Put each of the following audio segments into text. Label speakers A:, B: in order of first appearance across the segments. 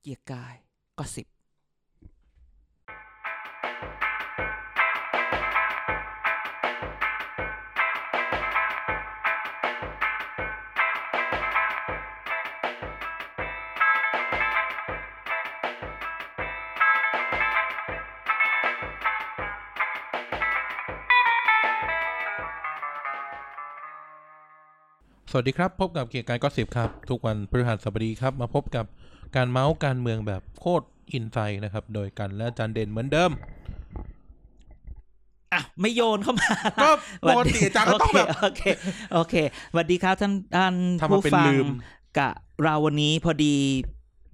A: เกียร์กายก็สิบ
B: สวัสดีครับ พบกับเกียร์กายก็สิบครับ ทุกวันพฤหัสบดีครับ มาพบกับการเมาส์การเมืองแบบโคตรอินไซด์นะครับ โดยกันและอาจารย์เด่นเหมือนเดิม
A: อ่ะไม่โยนเข้ามา
B: ก็
A: วั
B: ป
A: น
B: ก
A: นี้
B: ติอาจารย์ก็ต้องแบบ
A: โอเคโอเคสวัสดีครับท่านท่าน
B: ทำมา
A: ผู้
B: เป็น
A: ฟัง
B: ลืม
A: กะเราวันนี้พอดี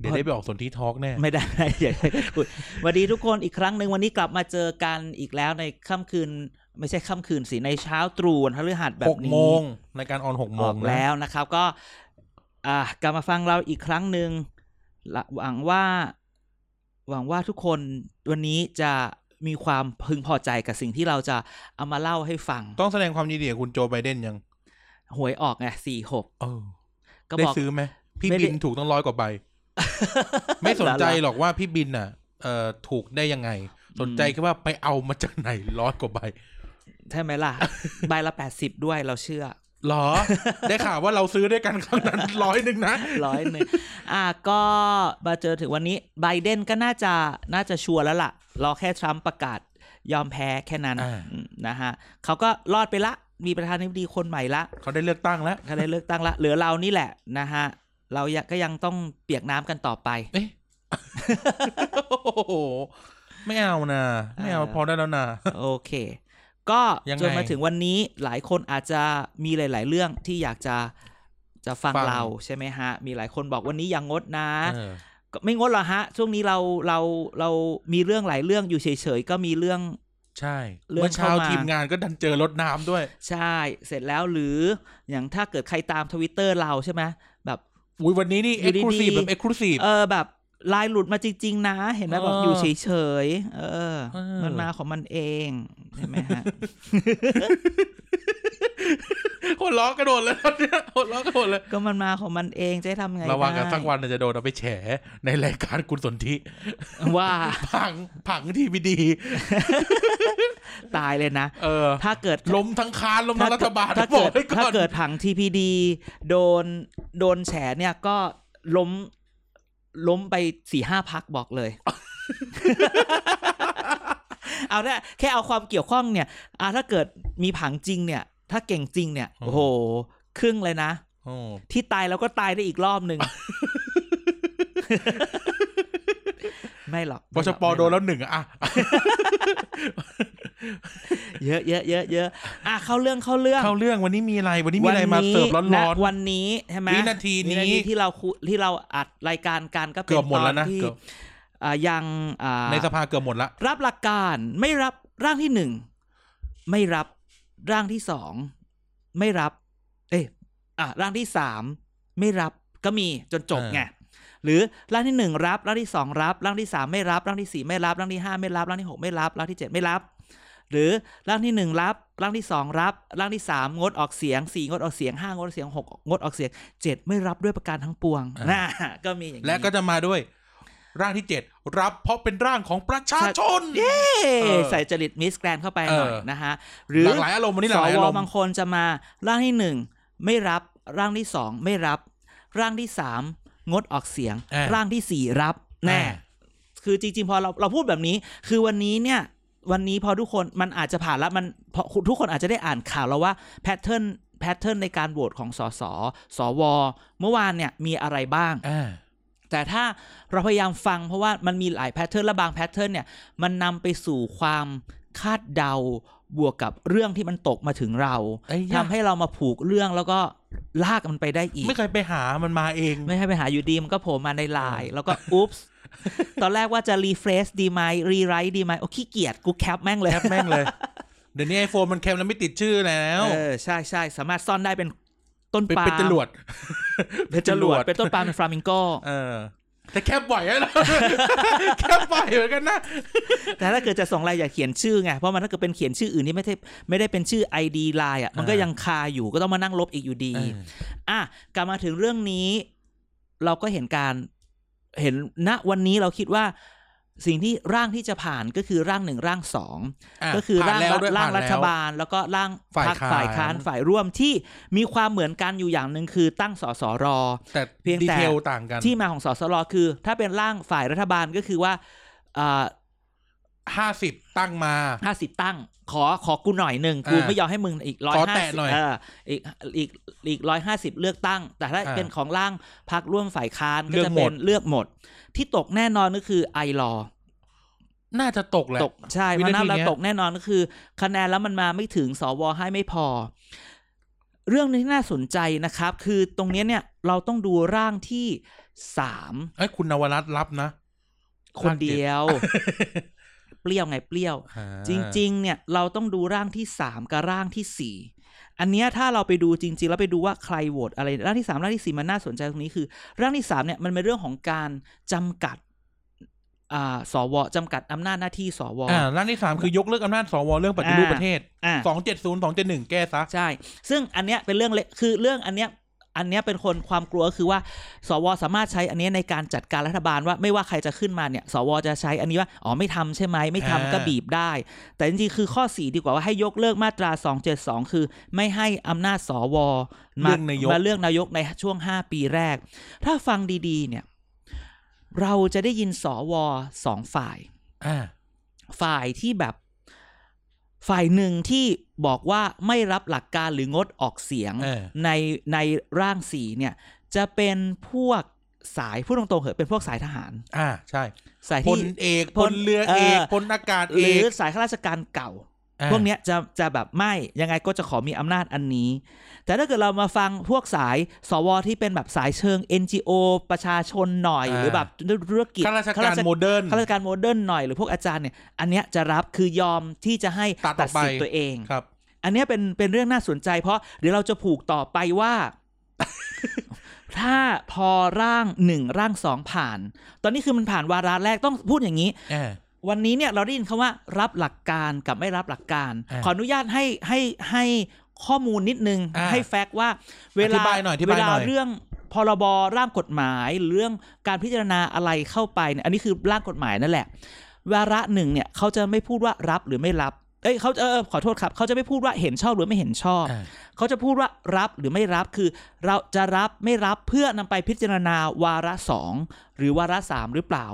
B: เดี๋ยวได้ไปออกสนที่ทอล์กแน่
A: ไม่ได้ อย่าพูดสวัสดีทุกคนอีกครั้งหนึ่งวันนี้กลับมาเจอกันอีกแล้วในค่ำคืน ไม่ใช่ค่ำคืนสิในเช้าตรู่วันพฤหัสแบ
B: ห
A: บ
B: ก
A: นี้
B: โมงในการออนหกโม
A: อง อก
B: นะ
A: แล้วนะครับ ก็ อ่ากลับมาฟังเราอีกครั้งหนึ่งละหวังว่า หวังว่าทุกคนวันนี้จะมีความพึงพอใจกับสิ่งที่เราจะเอามาเล่าให้ฟัง
B: ต้องแสดงความยินดีกับคุณโจไบเดนยัง
A: หวยออกไงสี่หก
B: เออ
A: ก็
B: ได้
A: บอก
B: ซื้อไหมพี่
A: ไม่ได้
B: บินถูกต้องร้อยกว่าใบ ไม่สนใจหรอกว่าพี่บินน่ะเอ่อถูกได้ยังไง สนใจแค่ว่าไปเอามาจากไหนร้อยกว่าใบ
A: ใช่ไหมล่ะ ใบละแปดสิบด้วยเราเชื่อ
B: หรอ ได้ข่าวว่าเราซื้อด้วยกันครั้งนั้นร้อยหนึ่งนะ
A: ร้อยหนึ่งอ่ะก็มาเจอถึงวันนี้ไบเดนก็น่าจะน่าจะชัวร์แล้วล่ะ รอแค่ทรัมป์ประกาศยอมแพ้แค่นั้น
B: อ่า
A: อืมนะฮะเขาก็รอดไปละ มีประธานาธิบดีคนใหม่ละ
B: เขาได้เลือกตั้งแล้ว
A: เขาได้เลือกตั้งละ เหลือเรานี่แหละนะฮะ เรายังก็ยังต้องเปียกน้ำกันต่อไป
B: เอ๊ะ โอ้โห ไม่เอานะไม่เอา
A: เออ
B: พอได้แล้วนะ
A: โอเค ก็
B: ยังไง
A: จนมาถึงวันนี้หลายคนอาจจะมีหลาย ๆ เรื่องที่อยากจะจะฟัง
B: ฟัง
A: เราใช่ไหมฮะ มีหลายคนบอกวันนี้อย่างงดนะ
B: เออ
A: ก็ไม่งดหรอกฮะ ช่วงนี้เราเราเรามีเรื่องหลายเรื่องอยู่เฉยๆ ก็มีเรื่อง
B: ใช่
A: เรื่อง
B: เมื่อเช้า
A: เข้ามา
B: ทีมงานก็ดันเจอรถน้ำด้วย
A: ใช่ เสร็จแล้วหรืออย่างถ้าเกิดใครตามทวิตเตอร์เราใช่ไหมแบบ
B: อุ้ยวันนี้นี่
A: อยู่
B: เอ็กซ์คลู
A: ดี
B: ซีฟ
A: ๆ
B: แบบเอ็กซ์คลูซีฟ
A: เออแบบลายหลุดมาจริง ๆ นะ เห็นไหม
B: เออ
A: บอกอยู่เฉยๆเออ
B: เออ
A: มันมาของมันเองใช่ไหมฮะ
B: หัวล้อกระโดดเลยตอนเนี้ ยหัวล้อกระโดดเลย
A: ก็มันมาของมันเองจะให้ทำไง
B: ระวังกันสัก
A: ไ
B: วันน่ะจะโดนเอาไปแฉในรายการคุณสนธิ
A: ด้ ว่า
B: ผังผังทีวีดี
A: ตายเลยนะ
B: เออ
A: ถ้าเกิด
B: ล้มทั้งคานล้มทั้งรัฐบาล
A: ถ้า
B: บอ
A: เกิ
B: ก
A: ด
B: ไว้ก่
A: ถ้า
B: อน
A: เกิดผัง TPD โดนโดนแฉเนี่ยก็ล้มล้มไปสี่ห้าพักบอก เลย เอาแค่แค่เอาความเกี่ยวข้องเนี่ยอ่ะถ้าเกิดมีผังจริงเนี่ย ถ้าเก่งจริงเนี่ย โอ้โห ครึ่งเลยนะ
B: โอ้
A: ที่ตายแล้วก็ตายได้อีกรอบห นึ่ง ไม่หรอก
B: บชปโดนแล้วหนึ่งอะ
A: เยอะเยอะเยอะเยอะอ่ะเข้าเรื่องเข้าเรื่อง
B: เข้าเรื่องวันนี้มีอะไรวันนี้มีอะไรมาเสิร์ฟร้อน
A: ณ
B: ร้อน
A: วันนี้ใช่ไหม
B: วินาทีนี้
A: วิที่เราคุที่เราอัดรายการกันก็
B: เกือบหมด
A: ต
B: แล้วนะ
A: ที่
B: เกือบ
A: อ่ายังอ่า
B: ในสภาเกือบหมดละ
A: รับหลักการไม่รับร่างที่หนึ่งไม่รับร่างที่สองไม่รับ เอ๊ะอ่ะร่างที่สามไม่รับก็มีจนจบ
B: เออ
A: ไงหรือร่างที่หนึ่งรับร่างที่สองรับร่างที่สามไม่รับร่างที่สี่ไม่รับร่างที่ห้าไม่รับร่างที่หกไม่รับร่างที่เจ็ดไม่รับ หรือร่างที่หนึ่งรับร่างที่สองรับร่างที่สามงดออกเสียงสี่งดออกเสียงห้างดออกเสียงหกงดออกเสียงเจ็ดไม่รับด้วยประการทั้งปวง
B: อ่า
A: นะ ก็มีอย่างนี้
B: และก็จะมาด้วย ร่างที่เจ็ดรับเพราะเป็นร่างของประชาชน
A: เอ้
B: เออ
A: ใส่จริตมิสแกรนเข้าไปหน่อย
B: เออ
A: นะฮะหรือ
B: หลากหลายอารมณ์วันนี้หลากหลาย
A: ส
B: อาว รมณ์
A: บางคนจะมาร่างที่หนึ่งไม่รับร่างที่สองไม่รับ ร่างที่สามงดออกเสียง
B: อ่า
A: ร่างที่สี่รับแน่
B: อ่า
A: คือจริงๆ พอเราเราพูดแบบนี้ คือวันนี้เนี่ย วันนี้พอทุกคนมันอาจจะผ่านแล้วมันพอทุกคนอาจจะได้อ่านข่าวแล้วว่าแพทเทิร์นแพทเทิร์นในการโหวตของสสสว เมื่อวานเนี่ยมีอะไรบ้าง
B: อ่า
A: แต่ถ้าเราพยายามฟังเพราะว่ามันมีหลายแพทเทิร์นและบางแพทเทิร์นเนี่ย มันนำไปสู่ความคาดเดาบวกกับเรื่องที่มันตกมาถึงเรา
B: ไอ้
A: ทำ
B: ยา
A: ให้เรามาผูกเรื่องแล้วก็ลากมันไปได้อีก
B: ไม่เคยไปหามันมาเอง
A: ไม่ให้ไปหาอยู่ดีมันก็โผล่มาในไลน์
B: เออ
A: แล้วก็อุ๊ปส์ ตอนแรกว่าจะรีเฟรชดีไหมรีไรต์ดีไหมโอ้ขี้เกียจกูแคปแม่งเลย
B: แคปแม่งเลย เดี๋ยวนี้ไอโฟนมันแคปแล้วไม่ติดชื่อแล้ว
A: เออใช่ใช่สามารถซ่อนได้เป็นต้น
B: เป็น
A: ปาล์ม
B: เป็นจรวด
A: เป็นจรวดเป็นต้นปาล์มเป็นฟลามิงโก
B: เออ แต่แคปบ่อยแล้วนะ แคปบ่อยเหมือนกันนะ
A: แต่ถ้าเกิดจะส่งไลน์อย่าเขียนชื่อไง เพราะมันถ้าเกิดเป็นเขียนชื่ออื่นที่ไม่ได้ไม่ได้เป็นชื่อ ID ไลน์อ่ะมันก็
B: อ่ายั
A: ยังคาอยู่ก็ต้องมานั่งลบอีกอยู่ดี
B: เออ
A: อ่ะกลับมาถึงเรื่องนี้ เราก็เห็นการ เห็นณวันนี้เราคิดว่าสิ่งที่ร่างที่จะผ่านก็คือร่างหนึ่งร่างสอง
B: อ่ะ
A: ก็คือ
B: ผ่
A: ร่าง
B: นแล้ว
A: รัฐ
B: ด้วย
A: ร่าง
B: ผ่น
A: รั
B: แล้
A: ฐ
B: ว
A: บาล แล้วก็ร่าง
B: ฝ่าย
A: พรรค
B: ค้าน
A: ฝ่ายค้านฝ่ายร่วมที่มีความเหมือนกันอยู่อย่างหนึ่งคือตั้งสสร
B: แต่
A: เพียง
B: ดี
A: แต่
B: เทลต่างกัน
A: ที่มาของสสรคือ ถ้าเป็นร่างฝ่ายรัฐบาลก็คือว่า
B: ห้าสิบตั้งมา
A: ห้าสิบตั้ง ขอขอกูหน่อยหนึ่งกู
B: อ่า
A: ไม่ยอมให้มึงอีกร้อย
B: ขอ
A: ห้า
B: แตะ
A: สิบ
B: หน่อย
A: อีกอีกอีกร้อยห้าสิบเลือกตั้ง แต่ถ้า
B: อ่า
A: เป็นของร่างพรรคร่วมฝ่ายค้านก็
B: เลือก
A: จะ
B: หม
A: เป็
B: ด
A: นเลือกหมด ที่ตกแน่นอนก็คือไอรอ
B: น่าจะตกแหละ
A: ตกใช่
B: วิ
A: มัน
B: นาที
A: น่าจะ
B: เนี้ย
A: ตกแน่นอนก็คือ คะแนนแล้วมันมาไม่ถึงสวให้ไม่พอ เรื่องหนึงที่น่าสนใจนะครับ คือตรงเนี้ยเนี่ยเราต้องดูร่างที่สาม
B: ไอ้ยคุณนวรัตน์รับนะ
A: คนเดียว เปรี้ยวไงเปรี้ยว
B: อ่า
A: จริง ๆ เนี่ยเราต้องดูร่างที่สามกับร่างที่สี่อันเนี้ยถ้าเราไปดูจริง ๆ แล้วไปดูว่าใครโหวตอะไรร่างที่สามร่างที่สี่มันน่าสนใจตรงนี้คือ ร่างที่สามเนี่ยมันเป็นเรื่องของการจำกัดอ่าสวจำกัดอำนาจหน้าที่สว
B: อ่าร่างที่สามคือยกเลิกอำนาจสวเรื่องปฏิรูป
A: อ่า
B: ประเทศ
A: อ่า
B: สองเจ็ดศูนย์สองเจ็ดหนึ่งแก้ซะ
A: ใช่ ซึ่งอันเนี้ยเป็นเรื่องเล็กคือเรื่องอันเนี้ย อันเนี้ยเป็นคนความกลัวคือว่า สวสามารถใช้อันเนี้ยในการจัดการรัฐบาลว่าไม่ว่าใครจะขึ้นมาเนี่ย สวจะใช้อันนี้ว่า อ๋อไม่ทำใช่ไหม ไม่ทำ
B: อ่า
A: ก็บีบได้ แต่จริงๆ คือข้อสีดีกว่าว่าให้ยกเลิกมาตรา 272 คือไม่ให้อำนาจสวมา
B: เรื่องนายก
A: มาเลือกนายกในช่วง 5 ปีแรก ถ้าฟังดีๆ เนี่ย เราจะได้ยินสวสองฝ่าย
B: อ่า
A: ฝ่ายที่แบบฝ่ายหนึ่งที่บอกว่าไม่รับหลักการหรืองดออกเสียง
B: เออ
A: ในในร่างสีเนี่ย จะเป็นพวกสายพูดตรงๆเหอะเป็นพวกสายทหาร
B: อ่าใช่
A: สาย
B: พ
A: ที่
B: ลเอก
A: พ
B: พ
A: ล
B: ลเรือเอ
A: เอ
B: ก
A: อ
B: พลอากาศ
A: ห
B: เอ
A: รือก สายข้าราชการเก่า
B: า
A: พวกเนี้ยจะจะแบบไม่ยังไงก็จะขอมีอำนาจอันนี้ แต่ถ้าเกิดเรามาฟังพวกสายสวที่เป็นแบบสายเชิง NGO ประชาชนหน่อย หรือแบบธุรกิจ
B: ข้าราช
A: ข้
B: การโมเดิร์น
A: ข้าราชการโมเดิร์นหน่อยหรือพวกอาจารย์เนี่ยอันเนี้ยจะรับคือยอมที่จะให้
B: ตัดออก
A: ตัดสิทธิ์
B: ไป
A: ตัวเอง
B: ครับ
A: อันเนี้ยเป็นเป็นเรื่องน่าสนใจ เพราะเดี๋ยวเราจะผูกต่อไปว่า ถ้าพอร่างหนึ่งร่างสองผ่าน ตอนนี้คือมันผ่านวาระแรกต้องพูดอย่างนี้
B: อ่า
A: วันนี้เนี่ยเราได้ยินคำว่ารับหลักการกับไม่รับหลักการ
B: อ่า
A: ขออนุญาตให้ให้ให้ข้อมูลนิดนึง
B: อ่า
A: ให้แฟกต์ว่า เวลา
B: อธิบายหน่อยอธิ
A: เว
B: บายหน่
A: ลา
B: อย
A: เรื่องพรบร่างกฎหมายหรือเรื่องการพิจารณาอะไรเข้าไปเนี่ยอันนี้คือร่างกฎหมายนั่นแหละ วาระหนึ่งเนี่ยเขาจะไม่พูดว่ารับหรือไม่รับ เอ้ยเขาเออขอโทษครับเขาจะไม่พูดว่าเห็นชอบหรือไม่เห็นชอบ
B: อ่า
A: เขาจะพูดว่ารับหรือไม่รับคือ เราจะรับไม่รับเพื่อนำไปพิจารณาวาระสองหรือวาระสามหรือเปล่า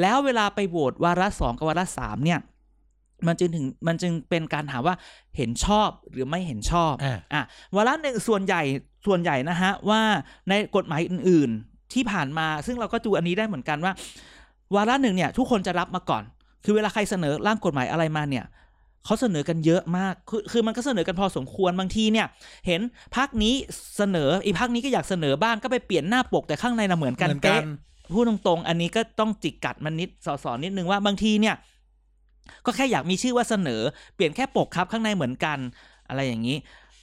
A: แล้วเวลาไปโหวตวาระสองกับวาระสามเนี่ย มันจึงถึงมันจึงเป็นการถามว่าเห็นชอบหรือไม่เห็นชอบ
B: อ่า
A: อ่ะวาระหนึ่งส่วนใหญ่ส่วนใหญ่นะฮะว่าในกฎหมายอื่นๆ ที่ผ่านมาซึ่งเราก็ดูอันนี้ได้เหมือนกันว่า วาระหนึ่งเนี่ย ทุกคนจะรับมาก่อน คือเวลาใครเสนอร่างกฎหมายอะไรมาเนี่ย เขาเสนอกันเยอะมาก คือคือมันก็เสนอกันพอสมควรบางทีเนี่ย เห็นพักนี้เสนออีกพักนี้ก็อยากเสนอบ้างก็ไปเปลี่ยนหน้าปกแต่ข้างในน่ะเหมือนกัน
B: เหมือนกั
A: เป๊ะ
B: น
A: พูดตรงๆ อันนี้ก็ต้องจิกกัดมันนิดสอสอนิดนึงว่าบางทีเนี่ย ก็แค่อยากมีชื่อว่าเสนอ เปลี่ยนแค่ปกครับข้างในเหมือนกันอะไรอย่างนี้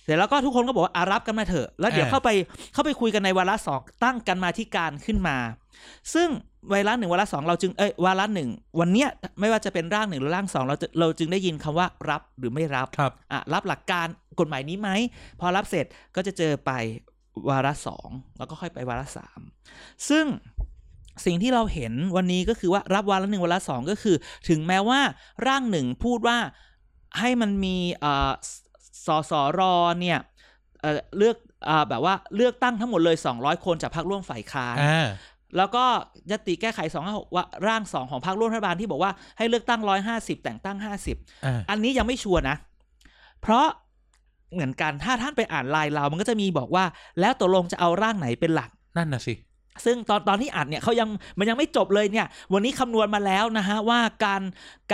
A: เสร็จแล้วก็ทุกคนก็บอกว่าอารับกันมาเถอะ แล้วเดี๋ยว
B: อ่า
A: เข้าไปเข้าไปคุยกันในวาระสองตั้งกันมาที่การขึ้นมา ซึ่งวาระหนึ่งวาระสองเราจึงเอ้ยวาระหนึ่งวันเนี้ยไม่ว่าจะเป็นร่างหนึ่งหรือร่างสองเราจะเราจึงได้ยินคำว่ารับหรือไม่รับ
B: ครับ
A: อ่ะรับหลักการกฎหมายนี้ไหม พอรับเสร็จก็จะเจอไปวาระสองแล้วก็ค่อยไปวาระสามซึ่งสิ่งที่เราเห็นวันนี้ก็คือว่ารับวาระหนึ่งวาระสองก็คือ ถึงแม้ว่าร่างหนึ่งพูดว่าให้มันมีเอ่อสสสรเนี่ยเอ่อเลือกเอ่อแบบว่าเลือกตั้งทั้งหมดเลย 200 คนจากพรรคร่วมฝ่ายค้าน
B: อ่า
A: แล้วก็ยติแก้ไข2 5 6ว่าร่าง 2 ของพรรคร่วมรัฐบาลที่บอกว่าให้เลือกตั้ง 150 แต่งตั้ง 50
B: อ่า
A: อันนี้ยังไม่ชัวร์นะ เพราะเหมือนกันถ้าท่านไปอ่านไลน์เรา มันก็จะมีบอกว่า แล้วตกลงจะเอาร่างไหนเป็นหลัก
B: นั่นน่ะสิ
A: ซึ่งตอนตอนที่อัดเนี่ยเขายังมันยังไม่จบเลยเนี่ย วันนี้คำนวณมาแล้วนะฮะว่าการ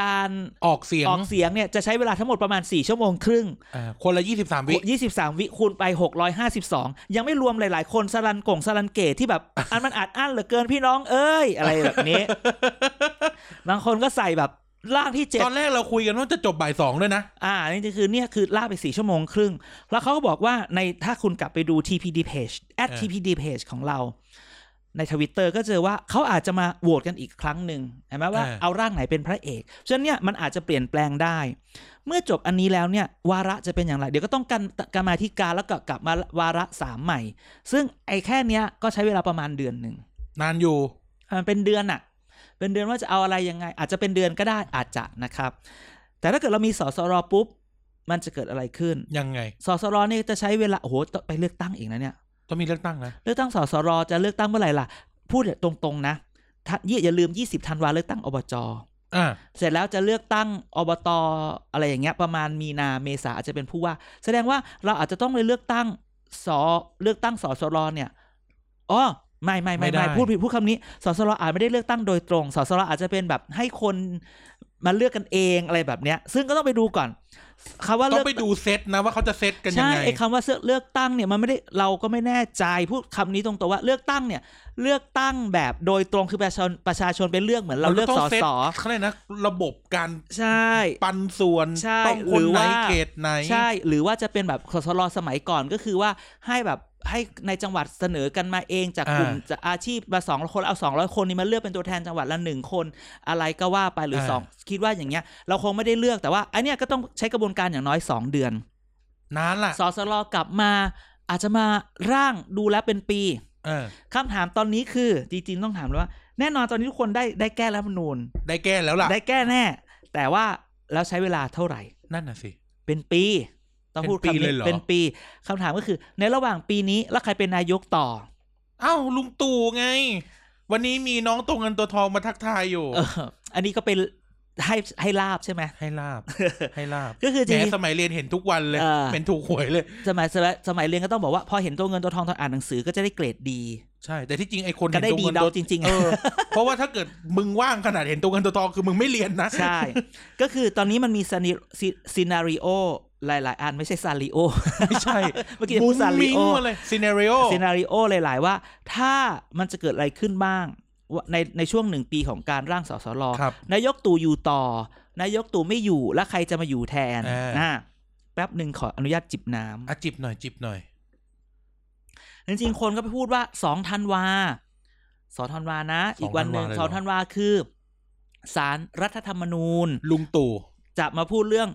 A: การ
B: ออกเสียง
A: ออกเสียงเนี่ยจะใช้เวลาทั้งหมดประมาณ 4 ชั่วโมงครึ่ง
B: อ่าคนละยี่สิบสามวิ
A: 23 วิคูณไป 652 ยังไม่รวมหลาย ๆ คนสลันกงสลันเกตที่แบบ อันมันอัดอั้นเหลือเกินพี่น้องเอ้ยอะไรแบบนี้ บางคนก็ใส่แบบร่างที่เจ็ด
B: ตอนแรกเราคุยกันว่าจะจบบ่ายสองด้วยนะ
A: อ่านี่คือเนี่ยคือล่ากไปสี่ชั่วโมงครึ่ง แล้วเขาก็บอกว่าในถ้าคุณกลับไปดู TPD page
B: เออ
A: at TPD page ของเรา ในทวิตเตอร์ก็เจอว่าเขาอาจจะมาโหวตกันอีกครั้งหนึ่งเห็นไหมว่า
B: เออ
A: เอาร่างไหนเป็นพระเอก ฉะนั้นเนี่ยมันอาจจะเปลี่ยนแปลงได้ เมื่อจบอันนี้แล้วเนี่ย วาระจะเป็นอย่างไร เดี๋ยวก็ต้องกันกรรมาธิการแล้วก็กลับมาวาระสามใหม่ ซึ่งไอ้แค่เนี้ยก็ใช้เวลาประมาณเดือนหนึ่ง
B: นานอยู่
A: มันเป็นเดือนอะเป็นเดือนว่าจะเอาอะไรยังไง อาจจะเป็นเดือนก็ได้อาจจะนะครับ แต่ถ้าเกิดเรามีสสรปุ๊บ มันจะเกิดอะไรขึ้น
B: ยังไง
A: สสรนี่จะใช้เวลาโอ้โหต้องไปเลือกตั้งอีกนะเนี่ย
B: ต้องมีเลือกตั้งนะ
A: เลือกตั้งสสรจะเลือกตั้งเมื่อไหร่ล่ะ พูดตรงๆนะถ้าอย่าลืม 20ธันวาเลือกตั้งอบจ
B: อ่า
A: เสร็จแล้วจะเลือกตั้งอบตอะไรอย่างเงี้ยประมาณมีนาเมษาอาจจะเป็นผู้ว่า แสดงว่าเราอาจจะต้องไปเลือกตั้งสอเลือกตั้งสสรเนี่ยอ๋อไม่ไม่
B: ไม่
A: ไม่
B: ได้
A: ไม่พูดผิดพูดคำนี้สสรอาจไม่ได้เลือกตั้งโดยตรงสสรอาจจะเป็นแบบให้คนมาเลือกกันเองอะไรแบบเนี้ย ซึ่งก็ต้องไปดูก่อนคำว่า
B: ต้อ
A: เลือก
B: งไปดูเซตนะว่าเขาจะเซตกันยัง
A: ใช่
B: ไง
A: ไอ้คำว่าเลือกตั้งเนี่ยมันไม่ได้เราก็ไม่แน่ใจพูดคำนี้ตรงตัวว่าเลือกตั้งเนี่ย เลือกตั้งแบบโดยตรงคือประชาชนประชาชนเป็นเลือกเหมือนเราเลือก
B: ต้
A: ส
B: งซต
A: ส
B: เขาเรียกนะระบบการ
A: ใช่
B: ปันส่วน
A: ใช่
B: ต้อง
A: ห
B: คน
A: รือ
B: ไหน
A: ว่า
B: เขตไหน
A: ใช่ หรือว่าจะเป็นแบบสสรสมัยก่อนก็คือว่าให้แบบให้ในจังหวัดเสนอกันมาเองจากกลุ่ม
B: อ่า
A: จากอาชีพมาสองคนเอาสองร้อยคนนี้มาเลือกเป็นตัวแทนจังหวัดละหนึ่งคน อะไรก็ว่าไปหรืออา สองคิดว่าอย่างเงี้ย เราคงไม่ได้เลือกแต่ว่าอันเนี้ยก็ต้องใช้กระบวนการอย่างน้อยสองเดือน
B: นานล่ะ
A: สสรกลับมาอาจจะมาร่างดูแลวเป็นปี
B: เออ
A: คำถามตอนนี้คือจริงๆต้องถามเลยว่า แน่นอนตอนนี้ทุกคนได้ได้แก้รัฐธรรมนูญ
B: ได้แก้แล้วล่ะ
A: ได้แก้แน่ แต่ว่าแล้วใช้เวลาเท่าไหร่
B: นั่นน่ะสิ
A: เป็นปีต้องพูด
B: เป็นปี
A: คำ
B: เล
A: นี้
B: ยเหรอ
A: เป็นปีคำถามก็คือ ในระหว่างปีนี้แล้วใครเป็นนายกต่อ
B: เอ้าลุงตู่ไง วันนี้มีน้องตัวเงินตัวทองมาทักทายอยู่
A: เออ อันนี้ก็เป็นให้ให้ลาบใช่ไหม
B: ให้ ลาบ ให้ลาบ
A: ก็คือจ
B: แห
A: ริ
B: ม
A: ง
B: สมัยเรียนเห็นทุกวันเลย
A: เออ
B: เป็นถูกหวยเลย
A: สมัยสมัยสมัยเรียนก็ต้องบอกว่า พอเห็นตัวเงินตัวทองตอนอ่านหนังสือก็จะได้เกรดดี
B: ใช่ แต่ที่จริงไอ้คน
A: ก็
B: เห็น
A: ได้
B: ตัว
A: ดี
B: เงิน
A: ดอ
B: ตัว
A: กจริงๆ
B: เอ
A: อะ
B: อ เพราะว่าถ้าเกิดมึงว่างขนาดเห็นตัวเงินตัวทองคือมึงไม่เรียนนะ
A: ใช่ ก็คือตอนนี้มันมีซีซีนารีโอหลาย ๆ อันไม่ใช่ซาริโอ
B: ไม่ใช่
A: เมื่อกี้พูดซาริโอ
B: งมาเลยซีเนเรีย
A: ซีนารีโอหลาย ๆ ว่า ถ้ามันจะเกิดอะไรขึ้นบ้างว่าในในช่วงหนึ่งปีของการร่างสสร
B: ครับ
A: นายกตู่อยู่ต่อ นายกตู่ไม่อยู่แล้วใครจะมาอยู่แทน
B: เอออ่
A: ่าแป๊บหนึ่งขออนุญาตจิบน้
B: อ่ะจิบหน่อยจิบหน่อย
A: ำจริงๆคนก็ไปพูดว่าสองธันวาสองธันวานะ
B: สอง
A: อีกวันหนึ่ง
B: ธันวาเลยเหรอ
A: สองธันวาคือสารรัฐธรรมนูญ
B: ลุงตู่
A: จะมาพูดเรื่อง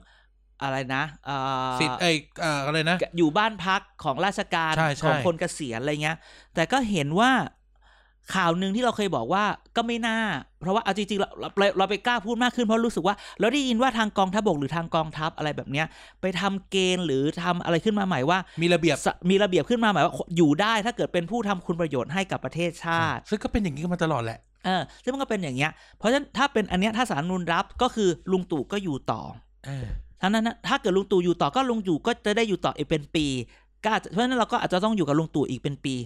A: อะไรนะเอ่อ
B: สิทธิ์ไอ้เอ่ออะไรนะ
A: อยู่บ้านพักของราชการ
B: ใช่ใช่
A: ของคนเกษียณอะไรเงี้ย แต่ก็เห็นว่าข่าวหนึ่งที่เราเคยบอกว่าก็ไม่น่า เพราะว่าเอาจริงๆเราเราเราไปกล้าพูดมากขึ้นเพราะรู้สึกว่า เราได้ยินว่าทางกองทัพบกหรือทางกองทัพอะไรแบบเนี้ย ไปทำเกณฑ์หรือทำอะไรขึ้นมาใหม่ว่า
B: มีระเบียบ
A: สะมีระเบียบขึ้นมาหมายว่าอยู่ได้ถ้าเกิดเป็นผู้ทำคุณประโยชน์ให้กับประเทศชาติ
B: ซึ่งก็เป็นอย่างนี้กันมาตลอดแหละ
A: เออซึ่งมันก็เป็นอย่างเงี้ยเพราะฉะนั้นถ้าเป็นอันเนี้ยถ้าสารนุนรับก็คือลุงตู่ก็อยู่ต่อ ทั้งนั้นนะถ้าเกิดลุงตู่อยู่ต่อก็ลุงตู่ก็จะได้อยู่ต่ออีกเป็นปีก็อาจจะเพราะฉะนั้นเราก็อาจจะต้องอยู่กับลุงตู่อีกเป็นปี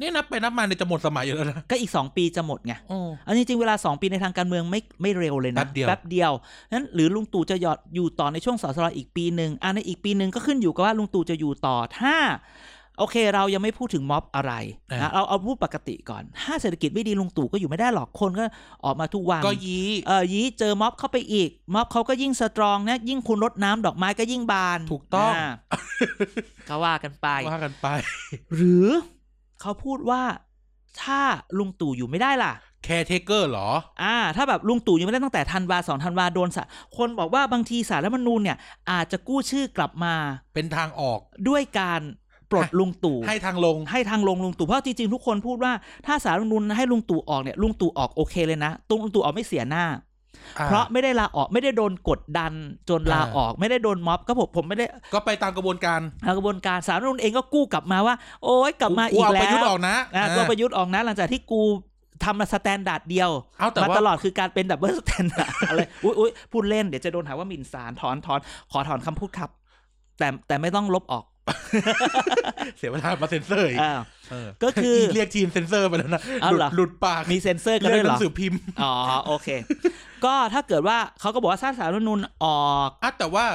B: นี่นับไปนับมาเนี่ยจะหมดสมัยอยู่แล้วนะ
A: ก็อีกสองปีจะหมดไง
B: โอ้
A: อันนี้จริงๆเวลา 2 ปีในทางการเมืองไม่ไม่เร็วเลยนะ
B: แป๊บเดียว
A: เดียวนั้นหรือลุงตู่จะหยอดอยู่ต่อในช่วงสสรอีกปีหนึ่งอ่ะในอีกปีหนึ่งก็ขึ้นอยู่กับว่าลุงตู่จะอยู่ต่อถ้า โอเคเรายังไม่พูดถึงม็อบอะไรนะเราเอาพูดปกติก่อน ถ้าเศรษฐกิจไม่ดีลุงตู่ก็อยู่ไม่ได้หรอกคนก็ออกมาทุกวัน
B: ก็ยี้
A: เออยี้เจอม็อบเข้าไปอีก ม็อบเขาก็ยิ่งสตรองนะยิ่งคุณรดน้ำดอกไม้ก็ยิ่งบาน
B: ถูกต้อง
A: าก็ว่ากันไป
B: ว่ากันไป
A: หรือเขาพูดว่าถ้าลุงตู่อยู่ไม่ได้ล่ะ
B: แคร์เทเกอร์หรอ
A: อ่าถ้าแบบลุงตู่ยังไม่ได้ตั้งแต่ธันวาสองธันวาโดนสะคนบอกว่าบางทีสารรัฐธรรมนูญเนี่ย อาจจะกู้ชื่อกลับมา
B: เป็นทางออก
A: ด้วยการปลดลุงตู่
B: ให้ทางลง
A: ให้ทางลงลุงตู่เพราะจริงๆทุกคนพูดว่าถ้าสารรัฐธรรมนูญให้ลุงตู่ออกเนี่ยลุงตู่ออกโอเคเลยนะตุงลุงตู่ออกไม่เสียหน้า เพราะไม่ได้ลาออกไม่ได้โดนกดดันจนลา
B: อ่า
A: ออกไม่ได้โดนม็อบก็ผมผมไม่ได้
B: ก็ไปตามกระบวนการ
A: เอากระบวนการสารรัฐธรรมนูญเองก็กู้กลับมาว่า โอ้ยกลับมาอีก
B: เา
A: แล้
B: ประยุทธ์อ
A: ว
B: อกนะ
A: นะ
B: อ่า
A: ตัวประยุทธ์ออกนะหลังจากที่กูทำมาสแตนดาร์ดเดียว
B: เอาแต่
A: มา
B: ว่า
A: ตลอดคือการเป็นดับเบิลสแตนดาร์ด อะไรอุยอุยพูดเล่นเดี๋ยวจะโดนหาว่าหมิ่นสารถอนถอนขอถอนคำพูดครับ แต่แต่ไม่ต้องลบออก
B: เสียเวลามาเซ็นเซอร์อีก
A: อ่า
B: เออ
A: ก็คือ
B: เรียกทีมเซ็นเซอร์ไปแล้วนะ
A: เอา
B: หลุ
A: เหร
B: ด
A: อ
B: หลุดปาก
A: มีเซ็นเซอร์กันด้
B: เรื่อ
A: วย
B: งห
A: เหร
B: นั
A: อ
B: งสือพิมพ์
A: อ๋อ โอเค ก็ถ้าเกิดว่าเขาก็บอกว่าสร้างสารรัฐธรรมนุนออก
B: อ่ะแต่ว่า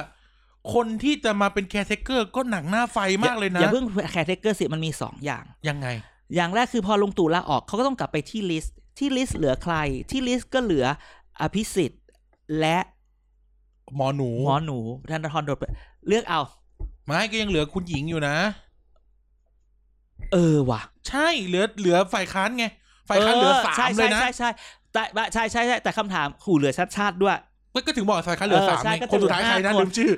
B: คนที่จะมาเป็นแคร์เทเกอร์ก็หนังหน้าไฟมากเลยนะ
A: อย่าเพิ่งแคร์เทเกอร์สิมันมี 2 อย่าง
B: ยังไง
A: อย่างแรกคือพอลงตู่ลาออกเขาก็ต้องกลับไปที่ลิสต์ที่ลิสต์เหลือใคร ที่ลิสต์ก็เหลืออภิสิทธิ์และ
B: หมอหนู
A: หมอหนูธนาธรโดดเด่นเลือกเอา
B: ไม้ก็ยังเหลือคุณหญิงอยู่นะ
A: เออว่ะ
B: ใช่เหลือเหลือฝ่ายค้านไง ฝ่ายค้านเหลือสามเลยนะ
A: ใช่ใช่ใช่ใช่แต่ใช่ใช่ใช่แต่คำถามขู่เหลือชัดชาติด้วย
B: ก็ก็ถึงบอกฝ่ายค้านเหลือ
A: เออ
B: สาม
A: ใช่
B: ไง
A: ก็
B: คนสุดท้ายใครนะ
A: เหลือห้า
B: ลืมชื่อ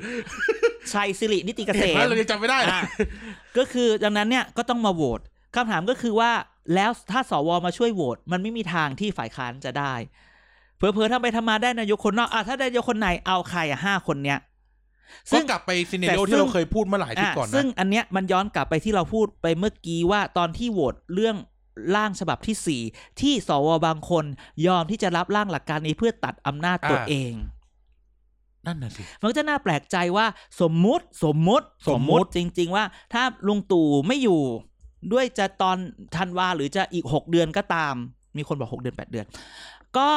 A: ชัยสิรินิติเกษ
B: เห็น
A: ม
B: ไหมเรายังจำไม่ได้เลย
A: อ่ะก็คือดังนั้นเนี่ยก็ต้องมาโหวต คำถามก็คือว่าแล้วถ้าสวมาช่วยโหวตมันไม่มีทางที่ฝ่ายค้านจะได้ เผลอๆทำไปทำมาได้นายกคนนอกอ่ะถ้าได้นายกคนไหนเอาใครอ่ะห้าคนเนี้ย
B: ก็กลับไปซีเนโร
A: แต่ซึ่ง
B: ที่เราเคยพูดเมื่อหลายอาที่ก่อน
A: อ่ะ
B: นะ
A: ซึ่งอันเนี้ยมันย้อนกลับไปที่เราพูดไปเมื่อกี้ว่าตอนที่โหวตเรื่องร่างฉบับที่สี่ที่สวบางคนยอมที่จะรับร่างหลักการนี้เพื่อตัดอำนาจตัวเอง
B: นั่นน่ะสิ
A: มันก็จะน่าแปลกใจว่าสมมุติสมมุติ
B: สมมุติ
A: จริง ๆ ว่าถ้าลุงตู่ไม่อยู่ด้วยจะตอนธันวาหรือจะอีกหกเดือนก็ตาม มีคนบอกหกเดือนแปดเดือน ก็